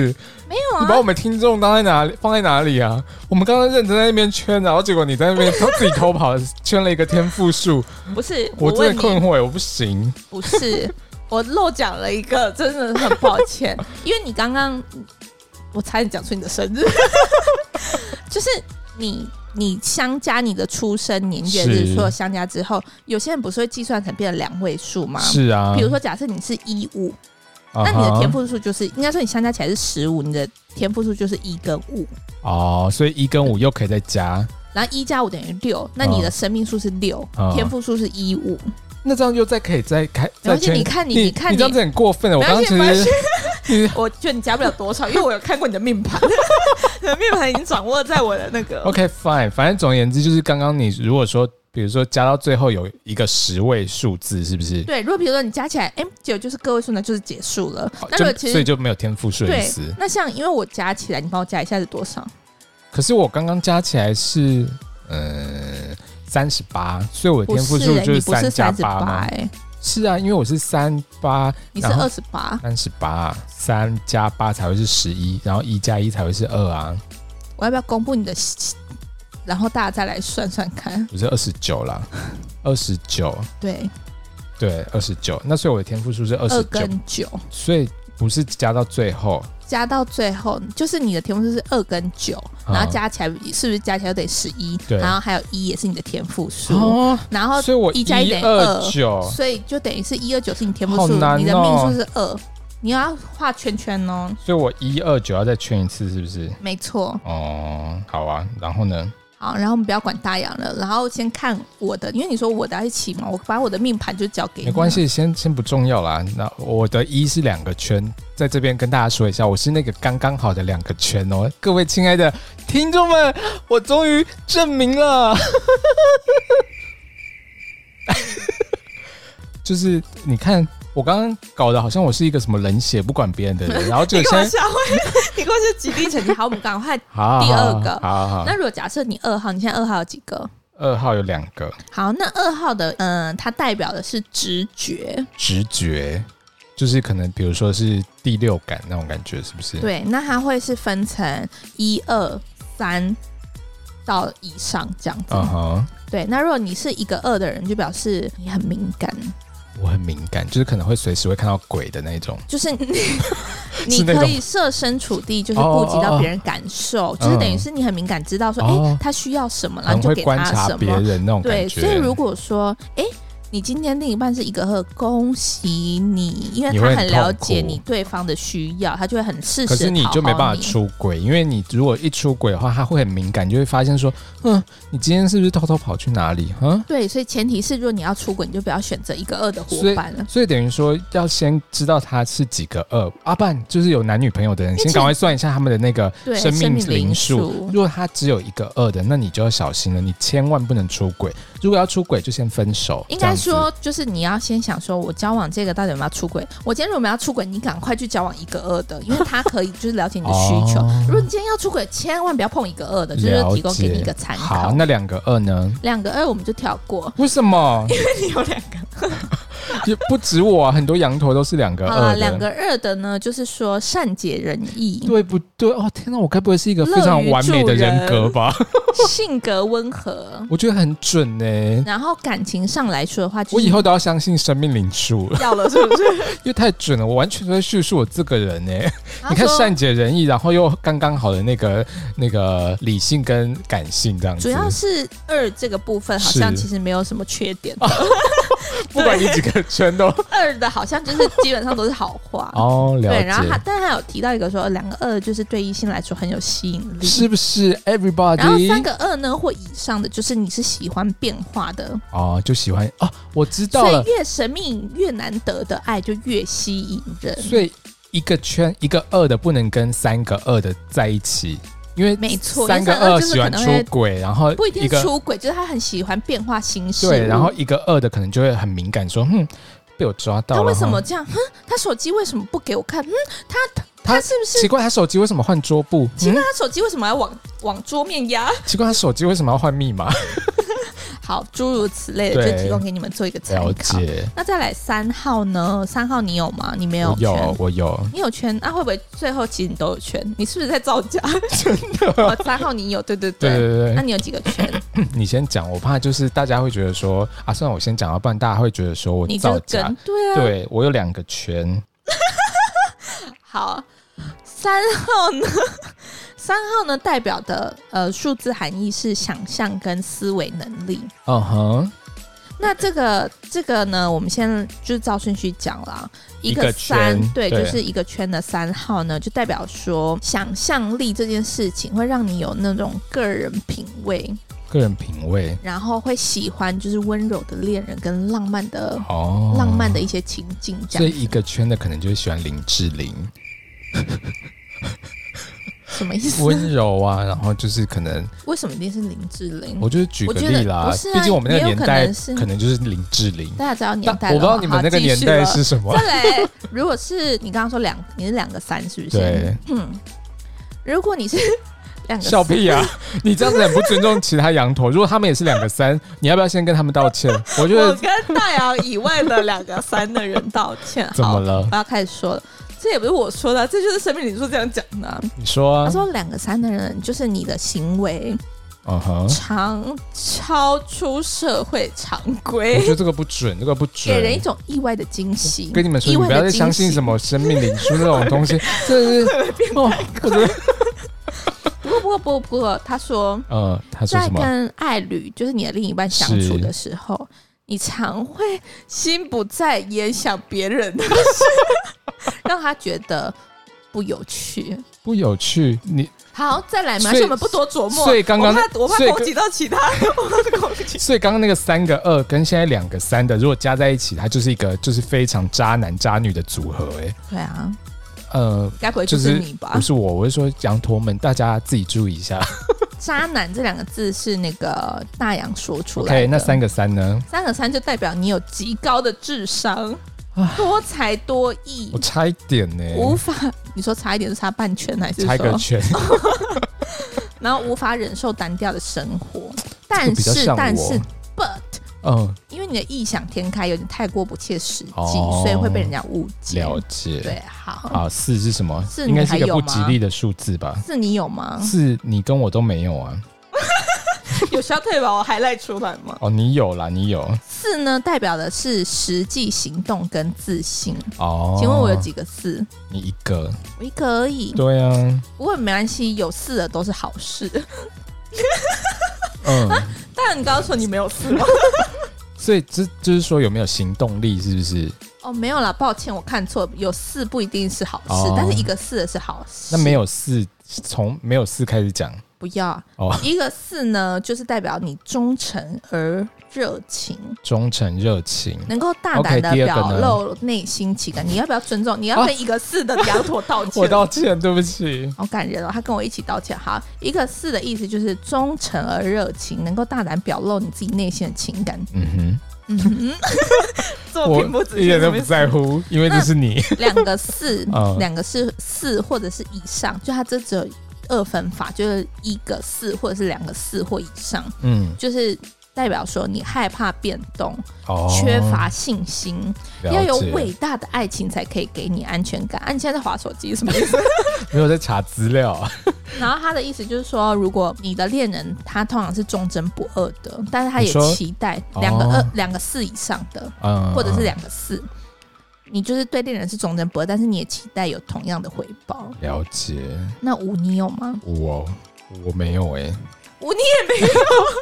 S1: 没有
S2: 你把
S1: 啊，
S2: 我们听众当在哪里？放在哪里啊？我们刚刚认真在那边圈，然后结果你在那边 自己偷跑，圈了一个天赋数，
S1: 不是，
S2: 我
S1: 问
S2: 真的
S1: 你，
S2: 困惑，我不行。
S1: 不是， 我漏讲了一个，真的很抱歉，因为你 刚刚我差点讲出你的生日，就是你你相加你的出生年月
S2: 是
S1: 日，所有相加之后，有些人不是会计算成变成两位数吗？
S2: 是啊，
S1: 比如说，假设你是一五、
S2: 啊哈，
S1: 那你的天赋数就是应该说你相加起来是十五，你的天赋数就是一跟五，
S2: 哦，所以一跟五又可以再加，
S1: 然后一加五等于六，那
S2: 啊
S1: 你的生命数是六、
S2: 嗯
S1: 天赋数是一五。
S2: 那这样又再可以再开再
S1: 而且
S2: 圈。
S1: 你看你，
S2: 你
S1: 看
S2: 你这样子很过分了，我
S1: 没
S2: 刚刚
S1: 关系
S2: 其实你
S1: 我觉得你加不了多少，因为我有看过你的命 盘，你的命盘已经掌握在我的那个
S2: OK fine，反正总而言之就是刚刚你如果说，比如说加到最后有一个十位数字，是不是？
S1: 对，如果比如说你加起来 M 九就是个位数呢，就是结束了。那如
S2: 就
S1: 果其
S2: 所以
S1: 实
S2: 就没有天赋数的意
S1: 对
S2: 思，。
S1: 那像因为我加起来，你帮我加一下是多少？
S2: 可是我刚刚加起来是呃三十八，38, 所以我的
S1: 不
S2: 天赋
S1: 是、
S2: 数
S1: 欸，
S2: 就
S1: 你不
S2: 三
S1: 是
S2: 加
S1: 三十
S2: 八
S1: 八，
S2: 吗？
S1: 哎，
S2: 是啊，因为我是三八，
S1: 你是
S2: 然后
S1: 二十八。
S2: 三十八，三加八才会是十一，然后一加一才会是二啊，
S1: 我要不要公布你的西？然后大家再来算算看。
S2: 我是二十九啦，二十九，
S1: 对，
S2: 对，二十九。那所以我的天赋数是二
S1: 二
S2: 十九，
S1: 跟九
S2: 所以不是加到最后，
S1: 加到最后，就是你的天赋数是二跟九，
S2: 嗯
S1: 然后加起来是不是加起来就得十一？
S2: 对
S1: 然后还有一也是你的天赋数，
S2: 哦，
S1: 然后
S2: 所以我
S1: 一加一等于
S2: 二九，
S1: 所以就等于是一二九是你天赋
S2: 哦好
S1: 数，
S2: 难
S1: 你的
S2: 哦
S1: 命数是二，你要画圈圈哦。
S2: 所以我一二九要再圈一次，是不是？
S1: 没错，
S2: 哦，好啊。然后呢？
S1: 好，然后我们不要管大洋了，然后先看我的，因为你说我的要一起嘛，我把我的命盘就交给你，
S2: 没关。系，先先不重要啦。那我的一是两个圈，在这边跟大家说一下，我是那个刚刚好的两个圈哦。各位亲爱的听众们，我终于证明了， 就是你看。我刚刚搞得好像我是一个什么冷血不管别人的人，然后就
S1: 你
S2: 现
S1: 跟我
S2: 在
S1: 笑，你跟我是极低成绩。好，我们赶快。
S2: 好
S1: 第二个
S2: 好好好
S1: 那如果假设你二号，你现在二号有几个？
S2: 二号有两个
S1: 好，那二号的，嗯、它代表的是直觉，
S2: 直觉，就是可能比如说是第六感那种感觉，是不是？
S1: 对，那它会是分成一二三到以上这样子。
S2: 嗯哼，
S1: 对，那如果你是一个二的人，就表示你很敏感，
S2: 我很敏感，就是可能会随时会看到鬼的那种。
S1: 就是 你
S2: 是
S1: 你
S2: 那种
S1: 可
S2: 哦
S1: 以设身处地，就是顾及到别人感受，就是等于是你很敏感，知道说，哎、
S2: 嗯哦
S1: 他需要什么，然后
S2: 很
S1: 啊就
S2: 会
S1: 给
S2: 观
S1: 他
S2: 察
S1: 什
S2: 别
S1: 么。
S2: 人那种感
S1: 对，
S2: 觉。
S1: 所以如果说，哎、你今天另一半是一个二，恭喜你，因为
S2: 你
S1: 他
S2: 会很
S1: 很了解
S2: 痛苦
S1: 你对方的需要，他就会很适时。
S2: 可是你就没办法。出轨，因为你如果一出轨的话，他会很敏感，就会发现说，嗯，你今天是不是偷偷跑去哪里？嗯，
S1: 对，所以前提是，如果你要出轨，你就不要选择一个二的伙
S2: 所以
S1: 伴了。
S2: 所以等于说要先知道他是几个二，阿半就是有男女朋友的人，
S1: 其实
S2: 先赶快算一下他们的那个
S1: 对
S2: 生
S1: 生
S2: 命
S1: 命
S2: 灵
S1: 灵
S2: 数
S1: 数。
S2: 如果他只有一个二的，那你就要小心了，你千万不能出轨。如果要出轨，就先分手。
S1: 应
S2: 这样
S1: 该
S2: 子
S1: 说，就是你要先想说，我交往这个到底有没有出轨？我今天如果没有出轨，你赶快去交往一个二的，因为他可以就是了解你的需求。
S2: 哦
S1: 如果你今天要出轨，千万不要碰一个二的，就是
S2: 了
S1: 提供给你一
S2: 解
S1: 个参
S2: 好，
S1: 考。
S2: 那两个二呢？
S1: 两个二我们就跳过，
S2: 为什么？
S1: 你有两个
S2: 也不止我啊，很多羊驼都是两个
S1: 好
S2: 二
S1: 了，
S2: 的。
S1: 两个二的呢，就是说善解人意，
S2: 对不对？哦，天哪，我该不会是一个非常完美的人格吧？，
S1: 性格温和
S2: 我觉得很准呢、
S1: 然后感情上来说的话，就是
S2: 我以后都要相信生命灵数了，
S1: 要了是不是？
S2: 因为太准了，我完全在叙述我这个人呢、
S1: 然后
S2: 你看
S1: 啊说
S2: 善解人意，然后又刚刚好的那个那个理性跟感性这样子。
S1: 主要是二这个部分好
S2: 是
S1: 像其实没有什么缺点，
S2: 不管你几个圈 都。
S1: 二的好像就是基本上都是好 话
S2: 哦，了
S1: 对，然后他
S2: 解，
S1: 但他有提到一个说，两个二就是对异性来说很有吸引力，
S2: 是不是
S1: 然后三
S2: ？Everybody
S1: 个二呢或以上的，就是你是喜欢变化的，
S2: 哦，就喜欢哦，我知道
S1: 所
S2: 了
S1: 以，越神秘越难得的爱就越吸引人。
S2: 所以一个圈一个二的不能跟三个二的在一起，因为
S1: 没错
S2: 三个
S1: 因为三个
S2: 二
S1: 二就是
S2: 喜欢
S1: 可能
S2: 出
S1: 会
S2: 轨，然后
S1: 不一
S2: 一
S1: 定
S2: 个
S1: 出轨，就是他很喜欢变化形式。
S2: 对，然后一个二的可能就会很敏感，说哼。被我抓
S1: 他
S2: 到了，嗯
S1: 为什么
S2: 哼？
S1: 这样？哼，他手机为什么不给我看？嗯，他
S2: 他
S1: 他是不是
S2: 奇？怪，他手机为什么换桌布？
S1: 奇怪，
S2: 嗯
S1: 他手机为什么要往往桌面压？
S2: 奇怪，他手机为什么要换密码？
S1: 好，诸如此类的，
S2: 对
S1: 就提供给你们做一个参
S2: 了
S1: 考。
S2: 解，
S1: 那再来三号呢？三号你有吗？你没有
S2: 我
S1: 圈？
S2: 有，我有，
S1: 你有圈，那、会不会最后其实你都有圈？你是不是在造 假？真的、三号你有，对对对。
S2: 对对
S1: 那
S2: 对
S1: 你有几个圈？
S2: 对，你先讲，我怕就是大家会觉得说啊，虽然我先讲啊，不然大家会觉得说 我
S1: 你就
S2: 造
S1: 是
S2: 假
S1: 跟。对啊。
S2: 对我有两个圈，
S1: 好，三号呢？ 三号呢代表的呃数字含义是想象跟思维能力。
S2: 嗯哼，
S1: 那这个这个呢，我们先就是照顺序讲啦。一
S2: 一个
S1: 个
S2: 圈
S1: 三，对，
S2: 对
S1: 就是一个圈的三号呢，就代表说想象力这件事情会让你有那种个人品味，
S2: 个人品味
S1: 然后会喜欢就是温柔的恋人跟浪漫的、
S2: 哦，
S1: 浪漫的一些情境这
S2: 这
S1: 样。
S2: 一个圈的可能就是喜欢林志玲，
S1: 什么意思？
S2: 温柔啊，然后就是可能，
S1: 为什么一定是林志玲？
S2: 我就是举个
S1: 我觉得
S2: 例啦，
S1: 不是啊
S2: 毕竟我们那个
S1: 也有
S2: 年
S1: 可
S2: 代
S1: 能是
S2: 可能就是林志玲，
S1: 大家知道年
S2: 但
S1: 代
S2: 我
S1: 了
S2: 不知道
S1: 吗
S2: 你们那个
S1: 好继
S2: 年
S1: 续
S2: 代
S1: 了
S2: 是什么
S1: 再，来，如果是你刚刚说两，你是两个三是不是？
S2: 对，
S1: 嗯，如果你是 两个
S2: 笑 屁啊！你这样子很不尊重其他羊驼。如果他们也是两个三，你要不要先跟他们道歉？我觉
S1: 我
S2: 得
S1: 跟大姚以外的两个三的人道歉
S2: 。怎么
S1: 好，
S2: 了？
S1: 我要开始说了，这也不是我说的，这就是生命理说这样讲的啊、
S2: 你说
S1: 他
S2: 啊，
S1: 说两个三的人就是你的行为
S2: 嗯哼，
S1: 常超出社会常
S2: 我
S1: 规
S2: 觉，得这个不准，这个不准
S1: 给。人一种意外的惊喜。
S2: 跟你们说，
S1: 意
S2: 你
S1: 外
S2: 不要
S1: 的
S2: 再
S1: 惊
S2: 相信
S1: 喜
S2: 什。么生命灵数那种 东西，这是哦，我觉得，
S1: 不过不过不过不过，他说
S2: 呃，他说
S1: 在
S2: 什么？
S1: 跟爱侣，就是你的另一半相处的时候，你常会心不在焉想别人的事， 让他觉得不有趣。
S2: 不有趣，你
S1: 好，再来嘛，
S2: 所以
S1: 所以我们不多琢磨。
S2: 所以刚刚
S1: 我怕我怕
S2: 所以
S1: 攻击到其他，我怕攻 击。
S2: 所以刚刚那个三个二跟现在两个三的，如果加在一起，它就是一个就是非常渣男渣女的组合、哎，
S1: 对啊，
S2: 呃，
S1: 该不会
S2: 就
S1: 就是是你吧
S2: 不？是我，我是说羊驼们，大家自己注意一下。
S1: 渣男这两个字是那个大洋说出来的。
S2: OK，那三个三呢？
S1: 三个三就代表你有极高的智商，多才多艺
S2: 啊我，差一点呢、
S1: 无法。你说差一点是差半圈还是说
S2: 猜个 圈，
S1: 然后无法忍受单调的生活。
S2: 这个
S1: 但
S2: 比较
S1: 是，
S2: 像
S1: 但
S2: 我
S1: 是，but，
S2: 嗯，
S1: 因为你的异想天开有点太过不切实际，
S2: 哦
S1: 所以会被人家误解。
S2: 了解。
S1: 对，好，
S2: 好，四是什么？
S1: 四
S2: 应该是一
S1: 你
S2: 个
S1: 还有
S2: 不
S1: 吗嗯
S2: 吉利的数字吧？？
S1: 是你有吗
S2: 四，你跟我都没有啊？
S1: 有需要退把我还赖出来吗？
S2: 哦，你有啦，你有
S1: 四呢，代表的是实际行动跟自信。
S2: 哦。
S1: 请问我有？几个四？
S2: 你一个？
S1: 我一个而已。
S2: 对啊，
S1: 不过没关系，有四的都是好事。
S2: 嗯，
S1: 当然，你刚刚说你没有四吗？
S2: 所以这就是说有没有行动力，是不是？
S1: 哦，没有啦，抱歉，我看错。有四不一定是好事，
S2: 哦
S1: 但是一个四的是好事。
S2: 那没有四，从没有四开始讲
S1: 不要。
S2: 哦，
S1: 一个四呢，就是代表你忠诚而热情，
S2: 忠诚热情。
S1: 能够大胆
S2: OK，
S1: 的
S2: 第二个
S1: 表
S2: 呢
S1: 露内心情感。你要不要尊重？你要跟一个四的羊驼道 歉。
S2: 我道歉，对不起。
S1: 好感人哦，他跟我一起道歉。好，一个四的意思就是忠诚而热情，能够大胆表露你自己内心的情感。
S2: 嗯
S1: 这
S2: 哼，
S1: 么平铺直
S2: 我一
S1: 叙
S2: 点
S1: 是
S2: 都
S1: 不是，
S2: 不在乎，因为这 是你。
S1: 两个四
S2: 嗯，
S1: 两个是四或者是以上，就它这只有二分法，就是一个四或者是两个四或以上，
S2: 嗯，
S1: 就是代表说你害怕变动，
S2: 哦，
S1: 缺乏信心，
S2: 了
S1: 要有
S2: 解
S1: 伟大的爱情才可以给你安全感。啊，你现在在划手机是什么意 思？
S2: 没有在查资料，
S1: 然后他的意思就是说，如果你的恋人他通常是忠贞不二的，但是他
S2: 你
S1: 也
S2: 说
S1: 期待两个
S2: 哦
S1: 二、两个四以上的，
S2: 嗯，
S1: 或者是两个四。你就是对恋人是忠贞不二，但是你也期待有同样的回报。
S2: 了解，
S1: 那五你有吗？
S2: 我我没有哎、
S1: 五你也没有，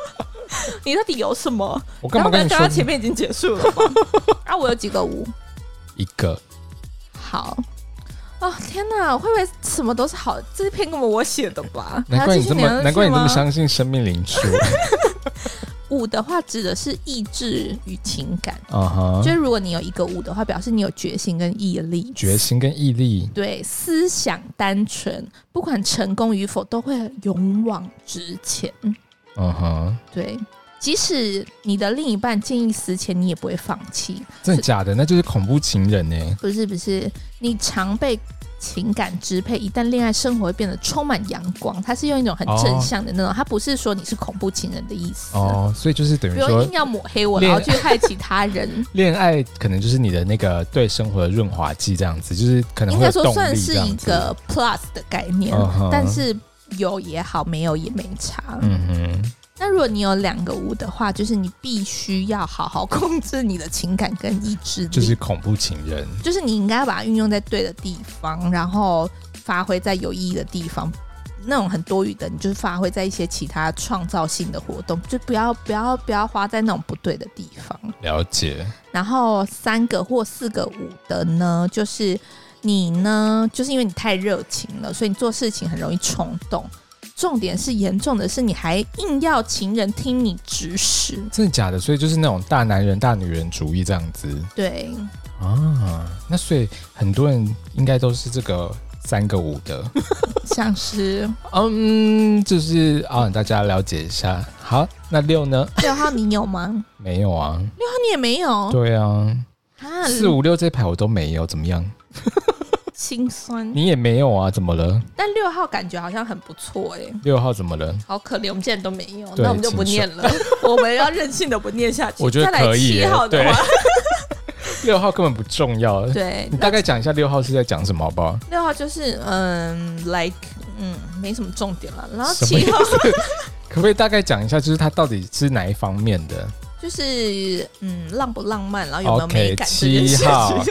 S1: 你到底有什么？
S2: 我干嘛
S1: 刚
S2: 跟
S1: 刚
S2: 你说
S1: 刚刚前面已经结束了吗？ 啊，我有几个五？
S2: 一个？
S1: 好。哦天哪，会不会什么都是好？这是篇给我写的吧？
S2: 难
S1: 还
S2: 怪
S1: 要
S2: 你
S1: 继续
S2: 这么
S1: 聊下去
S2: 难怪你这么
S1: 吗
S2: 相信生命灵 数，
S1: 五的话指的是意志与情感，
S2: 啊哈
S1: 就，是如果你有一个五的话，表示你有决心跟毅力。
S2: 决心跟毅力，
S1: 对，思想单纯，不管成功与否，都会勇往直前。
S2: 嗯哼，
S1: 对，即使你的另一半见异思迁，你也不会放弃。
S2: 真的假的？那就是恐怖情人欸呢、
S1: 不是不是，你常被情感支配，一旦恋爱生活会变得充满阳光。它是用一种很正向的那种，它不是说你是恐怖情人的意思。啊
S2: 哦，所以就是等
S1: 不
S2: 于
S1: 用
S2: 说
S1: 硬。要抹黑我，
S2: 恋
S1: 然后去害其他 人。
S2: 恋爱可能就是你的那个对生活的润滑剂，这样子，就是可能
S1: 应
S2: 会
S1: 该
S2: 有
S1: 说
S2: 动
S1: 算
S2: 力
S1: 是
S2: 这
S1: 一
S2: 样子。
S1: 个 plus 的概念
S2: 嗯哼
S1: 但是有也好，没有也没差。
S2: 嗯哼，
S1: 那如果你有两个五的话，就是你必须要好好控制你的情感跟意志力，
S2: 就是恐怖情人。
S1: 就是你应该把它运用在对的地方，然后发挥在有意义的地方。那种很多余的，你就是发挥在一些其他创造性的活动，就不要不要不要花在那种不对的地方。
S2: 了解，
S1: 然后三个或四个五的呢，就是你呢，就是因为你太热情了，所以你做事情很容易冲动。重点是严重的是，你还硬要情人听你指使。
S2: 真的假的？所以就是那种大男人大女人主义这样子
S1: 对，
S2: 啊。那所以很多人应该都是这个三个五 的，
S1: 像是
S2: 嗯，就是啊，大家了解一下。好，那六 呢？
S1: 六号你有吗？
S2: 没有啊，
S1: 那你也没有
S2: 对啊，
S1: 啊，
S2: 四五六这排我都没有，怎么样？
S1: 心酸。
S2: 你也没有啊？怎么了？
S1: 但六号感觉好像很不错哎、
S2: 六号怎么了？
S1: 好可怜，我们竟然都没有，
S2: 对
S1: 那我们就不念了， 我们要任性的不念下去。
S2: 我觉得
S1: 再来
S2: 可以
S1: 七
S2: 耶
S1: 号的
S2: 对
S1: 话，
S2: 六号根本不重要。
S1: 对
S2: 你，大概讲一下六号是在讲什么好不好？
S1: 六号就是嗯，like 嗯，没什么重点了。然后
S2: 什么意
S1: 七
S2: 思
S1: 号
S2: 可不可以大概讲一下，就是它到底是哪一方面的
S1: 就是嗯，浪不浪漫，然后有没有美
S2: ？OK，
S1: 感这件
S2: 七
S1: 事情。
S2: 号，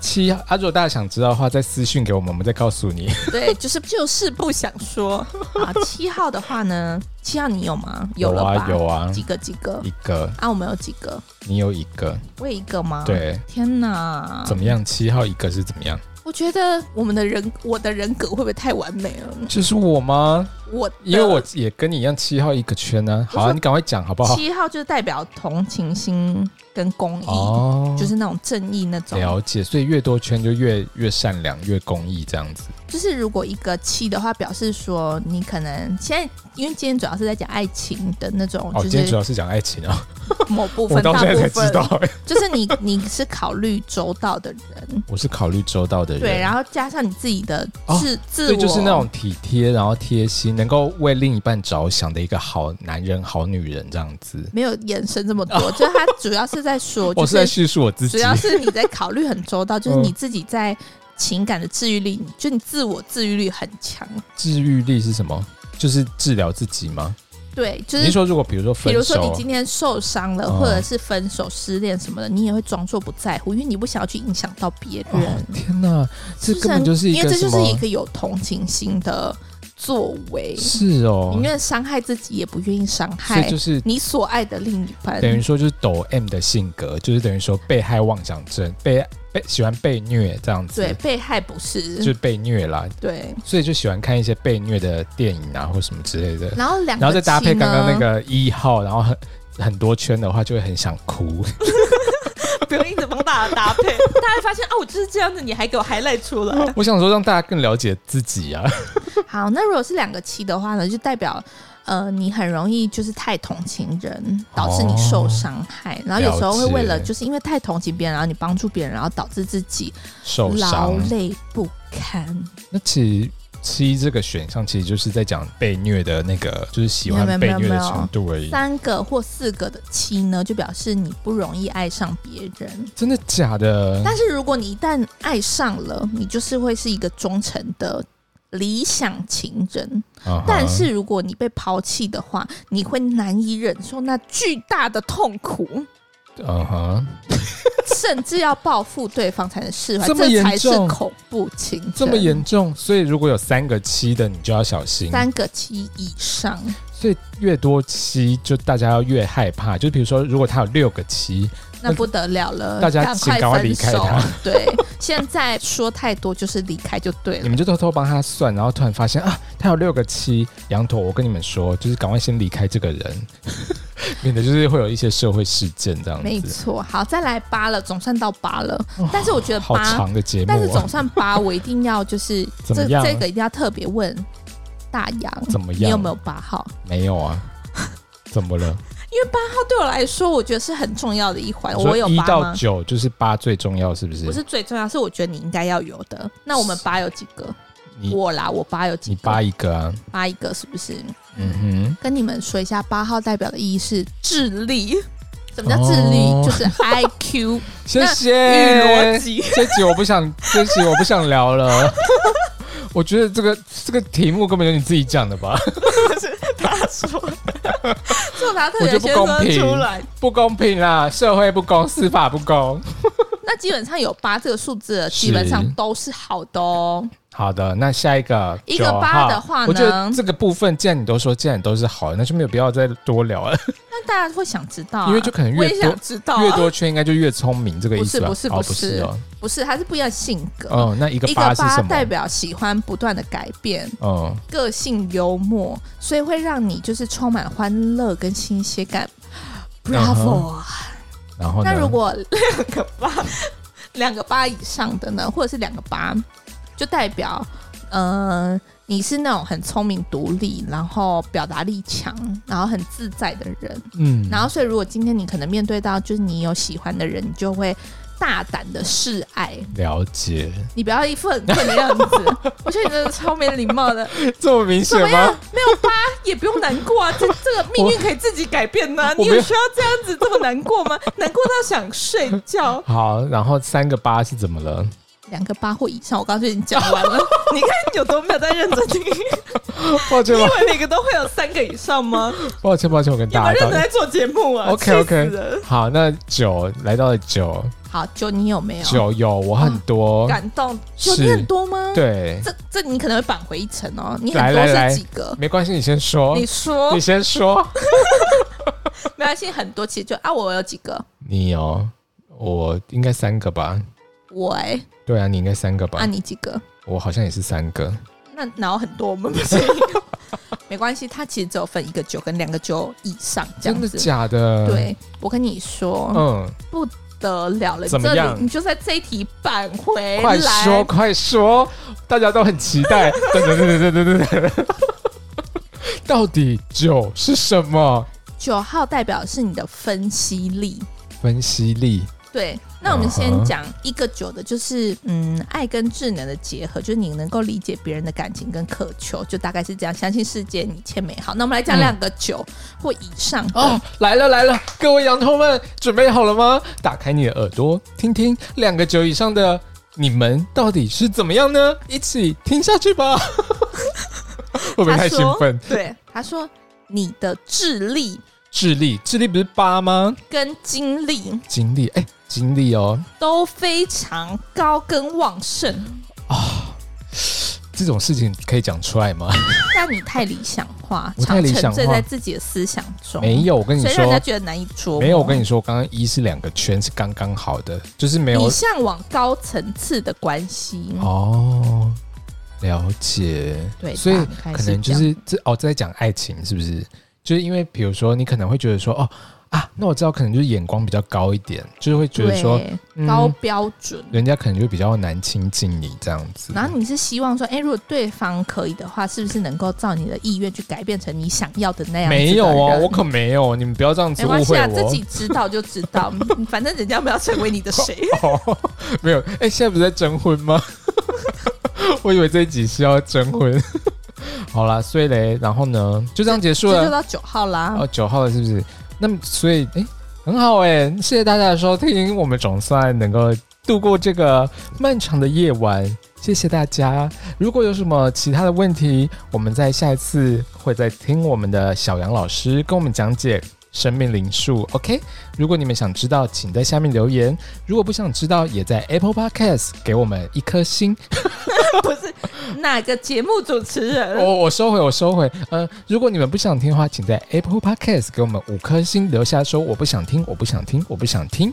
S2: 七号。啊，如果大家想知道的话，再私讯给我们，我们再告诉你。
S1: 对，就是就是不想说。啊，七号的话呢，七号你有吗？了吧？
S2: 啊，有啊
S1: 几，个几个
S2: 一个，
S1: 啊？我们有几个？
S2: 你有一个，
S1: 我有一个吗？。
S2: 对，
S1: 天哪！
S2: 怎么样？七号一个是怎么样？
S1: 我觉得我们的人，我的人格会不会太完美了？
S2: 就是我吗？
S1: 我的
S2: 因为我也跟你一样，七号一个圈呢、好、啊，你赶快讲好不好？
S1: 七号就是代表同情心跟公益，
S2: 哦，
S1: 就是那种正义那种。
S2: 了解，所以越多圈就越越善良，越公益这样子。
S1: 就是如果一个七的话，表示说你可能现在，因为今天主要是在讲爱情的那种，
S2: 哦，
S1: 就
S2: 今天主
S1: 是
S2: 要是讲爱情啊，
S1: 某部
S2: 我
S1: 分、
S2: 到
S1: 大
S2: 现在才
S1: 部
S2: 知
S1: 分，
S2: 道、欸，
S1: 就是你你是考虑周到的人，
S2: 我是考虑周到的人。
S1: 对，然后加上你自己的
S2: 哦
S1: 自、自
S2: 对，
S1: 我，
S2: 就是那种体贴，然后贴心，能够为另一半着想的一个好男人、好女人这样子。
S1: 没有延伸这么 多，就是他主要是在说，
S2: 哦我
S1: 就是
S2: 在叙述我自
S1: 主
S2: 己，
S1: 要是你在考虑很 周到，就是
S2: 嗯
S1: 你自己在情感的治愈力，就你自我治愈力很强，
S2: 治愈力是什么？就是治疗自己吗？
S1: 对，就
S2: 你是
S1: 是。
S2: 说如果比如说
S1: 比
S2: 分
S1: 如说
S2: 手啊
S1: 你，今天受伤了，
S2: 嗯
S1: 或者是分手、失恋什么的，你也会装作不在乎，因为你不想要去影响到别人。
S2: 哦、天哪，这
S1: 是
S2: 根本
S1: 很
S2: 就是一
S1: 因为
S2: 个
S1: 这
S2: 什
S1: 就
S2: 么
S1: 是？一个有同情心的作为，
S2: 是哦
S1: 宁，愿伤害自己，也不愿意伤
S2: 所以
S1: 害
S2: 就是
S1: 你所爱的另一半。
S2: 等于说就是抖 M 的性格，就是等于说被害妄想症，被被喜欢被虐这样子
S1: 对，，被害不，
S2: 就是被虐啦，
S1: 对。
S2: 所以就喜欢看一些被虐的电影啊或什么之类的，
S1: 然后两个
S2: 然后再搭
S1: 七
S2: 配
S1: 呢
S2: 刚刚那，个一号，然后很很多圈的话，就会很想 哭。
S1: 不用一直帮大家搭配，大家发现哦，我就是这样子，你还给我 highlight 出来。
S2: 我想说让大家更了解自己啊，
S1: 好，那如果是两个七的话呢，就代表呃，你很容易就是太同情人，导致你受伤害，然后有时候会为了
S2: 了解
S1: 就是因为太同情别人，然后你帮助别人，然后导致自己
S2: 受
S1: 劳
S2: 伤。
S1: 累不堪。
S2: 那其实七这个选项其实就是在讲被虐的那个，就是喜欢
S1: 没有没
S2: 被
S1: 有
S2: 虐
S1: 没
S2: 的
S1: 有
S2: 程度而已。
S1: 三个或四个的七呢，就表示你不容易爱上别人。
S2: 真的假的？
S1: 但是如果你一旦爱上了，你就是会是一个忠诚的理想情人。
S2: 啊哈
S1: 但是如果你被抛弃的话，你会难以忍受那巨大的痛苦。
S2: 嗯哼，
S1: 甚至要报复对方才能释怀，
S2: 这么严
S1: 才是
S2: 重
S1: 恐怖情人。
S2: 这么严重，所以如果有三个七的，你就要小心。
S1: 三个七以上，
S2: 所以越多七，就大家要越害怕。就比如说，如果他有六个七，
S1: 那不得了了，
S2: 大家请
S1: 赶
S2: 赶
S1: 快
S2: 快离
S1: 分
S2: 开
S1: 手
S2: 他。
S1: 对，现在说太多就是离开就对
S2: 你
S1: 了。
S2: 们就偷偷帮他算，然后突然发现啊，他有六个七。羊驼，我跟你们说，就是赶快先离开这个人， 免得就是会有一些社会事件这样
S1: 没
S2: 子。哦
S1: 错，好，再来八了，总算到八了。但是我觉得
S2: 好
S1: 八，
S2: 长的节目、
S1: 但是总
S2: 啊，
S1: 算八，我一定要就是
S2: 怎么
S1: 这
S2: 样
S1: 这个一定要特别问大洋，
S2: 怎么
S1: 你
S2: 样？
S1: 有没有八号？
S2: 没有啊？怎么了？
S1: 它对我来说，我觉得是很重要的一环。
S2: 你说
S1: 哎我有
S2: 一
S1: 八
S2: 到
S1: 吗？
S2: 九，就是八最重要，是不是？
S1: 不是最重要，是我觉得你应该要有的。那我们八有几个？
S2: 你
S1: 我啦，我八有几
S2: 你
S1: 个？
S2: 八一个啊？
S1: 八一个是不是？
S2: 嗯
S1: 跟你们说一下，八号代表的意义是智 力。什么叫智力？
S2: 哦
S1: 就是 I Q
S2: 哼，谢
S1: 那
S2: 谢。
S1: 与逻辑。
S2: 这集我 不想，这集我不想聊了。我觉得这个这个题目根本就你自己讲的吧，
S1: 他说的，这把它特
S2: 我觉得
S1: 别
S2: 不
S1: 先
S2: 公
S1: 说
S2: 平
S1: 出来。
S2: 不公平啦，社会不公，司法不公。
S1: 那基本上有八这个数字的，基本上都是好的哦。
S2: 好的，那下一个
S1: 一个
S2: 9号
S1: 八的话呢
S2: 我觉得这个部分，既然你都说，既然你都是好的，那就没有必要再多 聊了，
S1: 那大家会想知道啊、
S2: 因为就可能
S1: 我
S2: 越
S1: 也
S2: 多
S1: 想知道啊、
S2: 越多圈应该就越聪明，这个意
S1: 不
S2: 思
S1: 是
S2: 吧？
S1: 不是
S2: 哦
S1: 不
S2: 不
S1: 是
S2: 哦，
S1: 不是，它是不一样的性格。
S2: 哦，那一个
S1: 一个
S2: 八是
S1: 八
S2: 什么？
S1: 代表喜欢不断的改变，
S2: 嗯，
S1: 个性幽默，所以会让你就是充满欢乐跟新鲜感。Bravo！、啊！
S2: 然后呢？
S1: 那如果两个八，两个八以上的呢，或者是两个八，就代表，嗯、你是那种很聪明独立，然后表达力强，然后很自在的人。
S2: 嗯，
S1: 然后，所以如果今天你可能面对到就是你有喜欢的人，你就会大胆的示爱，
S2: 了解，
S1: 你不要一副很困的样子。我觉得你真的超没礼貌的，
S2: 这么明
S1: 怎
S2: 显
S1: 么样
S2: 吗？？
S1: 没有八也不用难过 啊，这这个命运可以自己改变呐、你
S2: 我没
S1: 有
S2: 有
S1: 需要这样子这么难过吗？ 难过到想睡觉。
S2: 好，然后三个八是怎么了？
S1: 两个八或以上，我刚刚就已经讲完了。 你看你有多没有在认真听？你
S2: 抱歉
S1: 以
S2: 吧，
S1: 为每个都会有三个以上 吗？
S2: 抱歉，抱歉，我跟
S1: 有没
S2: 大
S1: 有
S2: 家
S1: 认
S2: 道
S1: 真在
S2: 歉。
S1: 做节目啊
S2: OK
S1: 气死
S2: OK，
S1: 人
S2: 好，那九来到了九
S1: 好，就你有没有哦
S2: 九有我很多，
S1: 感动？就是你很多吗？，
S2: 对，
S1: 这这你可能会扳回一城哦。你
S2: 来
S1: 很多
S2: 来来
S1: 是几个？
S2: 没关系，你先说
S1: 你，说
S2: 你先说，
S1: 没关系，很多其实就啊，我有几个？
S2: 你哦，我应该三个吧？
S1: 我哎、
S2: 对啊，你应该三个
S1: 啊
S2: 吧？
S1: 你几个？
S2: 我好像也是三个，
S1: 那哪有很多？我们不是没关系，它其实只有分一个九跟两个九以上这
S2: 真
S1: 样
S2: 的
S1: 子。
S2: 假的？，
S1: 对，我跟你说，
S2: 嗯，
S1: 得了了，
S2: 怎么
S1: 这里
S2: 样
S1: 你就在这一题扳回来。
S2: 快说快说，大家都很期待。对对对对对对对。到底九是什么？
S1: 九号代表是你的分析力。
S2: 分析力，
S1: 对，那我们
S2: 嗯
S1: 先
S2: 哼
S1: 讲一个九的，就是嗯，爱跟智能的结合，就是你能够理解别人的感情跟渴求，就大概是这样。相信世界，你欠美好。那我们来讲
S2: 嗯
S1: 两个九或以上的
S2: 哦，来了来了，各位羊头们，准备好了吗？打开你的耳朵，听听两个九以上的你们到底是怎么样呢？一起听下去吧。 会不会
S1: 他
S2: 太兴
S1: 说
S2: 奋？
S1: 对，他说你的智力
S2: 智力，智力不是八吗？
S1: 跟精力
S2: 精力，哎、精力哦，
S1: 都非常高跟旺盛，
S2: 这种事情可以讲出来吗？
S1: 但你太理想化，
S2: 我太
S1: 常
S2: 理想
S1: 沉醉
S2: 化
S1: 在自己的思想中。
S2: 没有，我跟你
S1: 所以让人
S2: 说
S1: 家，觉得难以捉摸。
S2: 没有，我跟你说，刚刚一是两个圈是刚刚好的，就是没有
S1: 你向往高层次的关系，
S2: 哦，了解。
S1: 对
S2: 所以
S1: 大概
S2: 可能
S1: 这
S2: 就
S1: 样
S2: 是这哦，在讲爱情是不是？就是因为比如说，你可能会觉得说，哦啊，那我知道，可能就是眼光比较高一点，就是会觉得说，
S1: 对
S2: 嗯
S1: 高标准。
S2: 人家可能就比较难亲近你这样子。
S1: 然后你是希望说，哎、如果对方可以的话，是不是能够照你的意愿去改变成你想要的那样子啊的人？
S2: 没有哦，我可没有，你们不要这样子
S1: 没
S2: 误
S1: 关系
S2: 会
S1: 啊，自
S2: 我。
S1: 己知道就知道， 嗯反正人家不要成为你的 谁。
S2: 哦，没有，哎、现在不是在征婚吗？ 我以为这一集是要征婚。 好啦，所以嘞，然后呢，就这样结束
S1: 这
S2: 了
S1: 就。到九号啦。
S2: 哦，九号了是不是？那么所以哎、诶很好哎、谢谢大家的收听，我们总算能够度过这个漫长的夜晚，谢谢大家。如果有什么其他的问题，我们在下一次会再听我们的小杨老师跟我们讲解。生命灵数，OK。如果你们想知道，请在下面留言；如果不想知道，也在 Apple Podcast 给我们一颗星。
S1: 不是
S2: 呃
S1: 哪个节目主持人？
S2: 我我收回，我收回。呃，如果你们不想听的话，请在 Apple Podcast 给我们五颗星，留下说我不想听，我不想听，我不想听。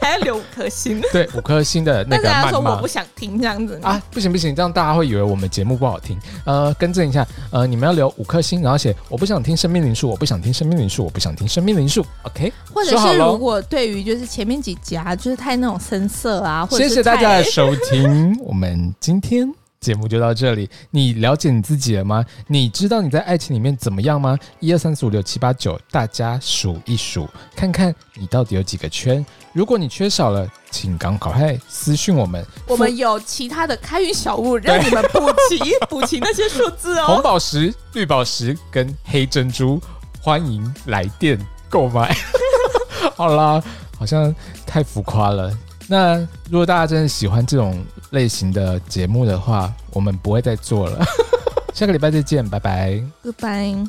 S1: 还要留五颗星，
S2: 对，五颗星的 那
S1: 但是
S2: 个
S1: 他
S2: 谩
S1: 说我
S2: 骂
S1: 不。想听这样子
S2: 啊，不行不行，这样大家会以为我们节目不好听。呃，更正一下，呃，你们要留五颗星，然后写我不想听生命灵数，我不想听生命灵数，我不想听生命灵数。OK，
S1: 或者
S2: 说好
S1: 是
S2: 咯
S1: 如果对于就是前面几集啊，就是太那种深色啊，或者
S2: 谢
S1: 是
S2: 谢大
S1: 太
S2: 家的收听，我们今天节目就到这里。你了解你自己了吗？你知道你在爱情里面怎么样吗？一二三四五六七八九，大家数一数，看看你到底有几个圈。如果你缺少了，请赶快私讯我们。
S1: 我们有其他的开运小物让你们补齐 补齐那些数字
S2: 红
S1: 哦。
S2: 宝石、绿宝石跟黑珍珠，欢迎来电购买。 好啦，好像太浮夸了。那如果大家真的喜欢这种类型的 节目的话，我们不会再做了。下个礼拜再见，拜拜。
S1: Goodbye。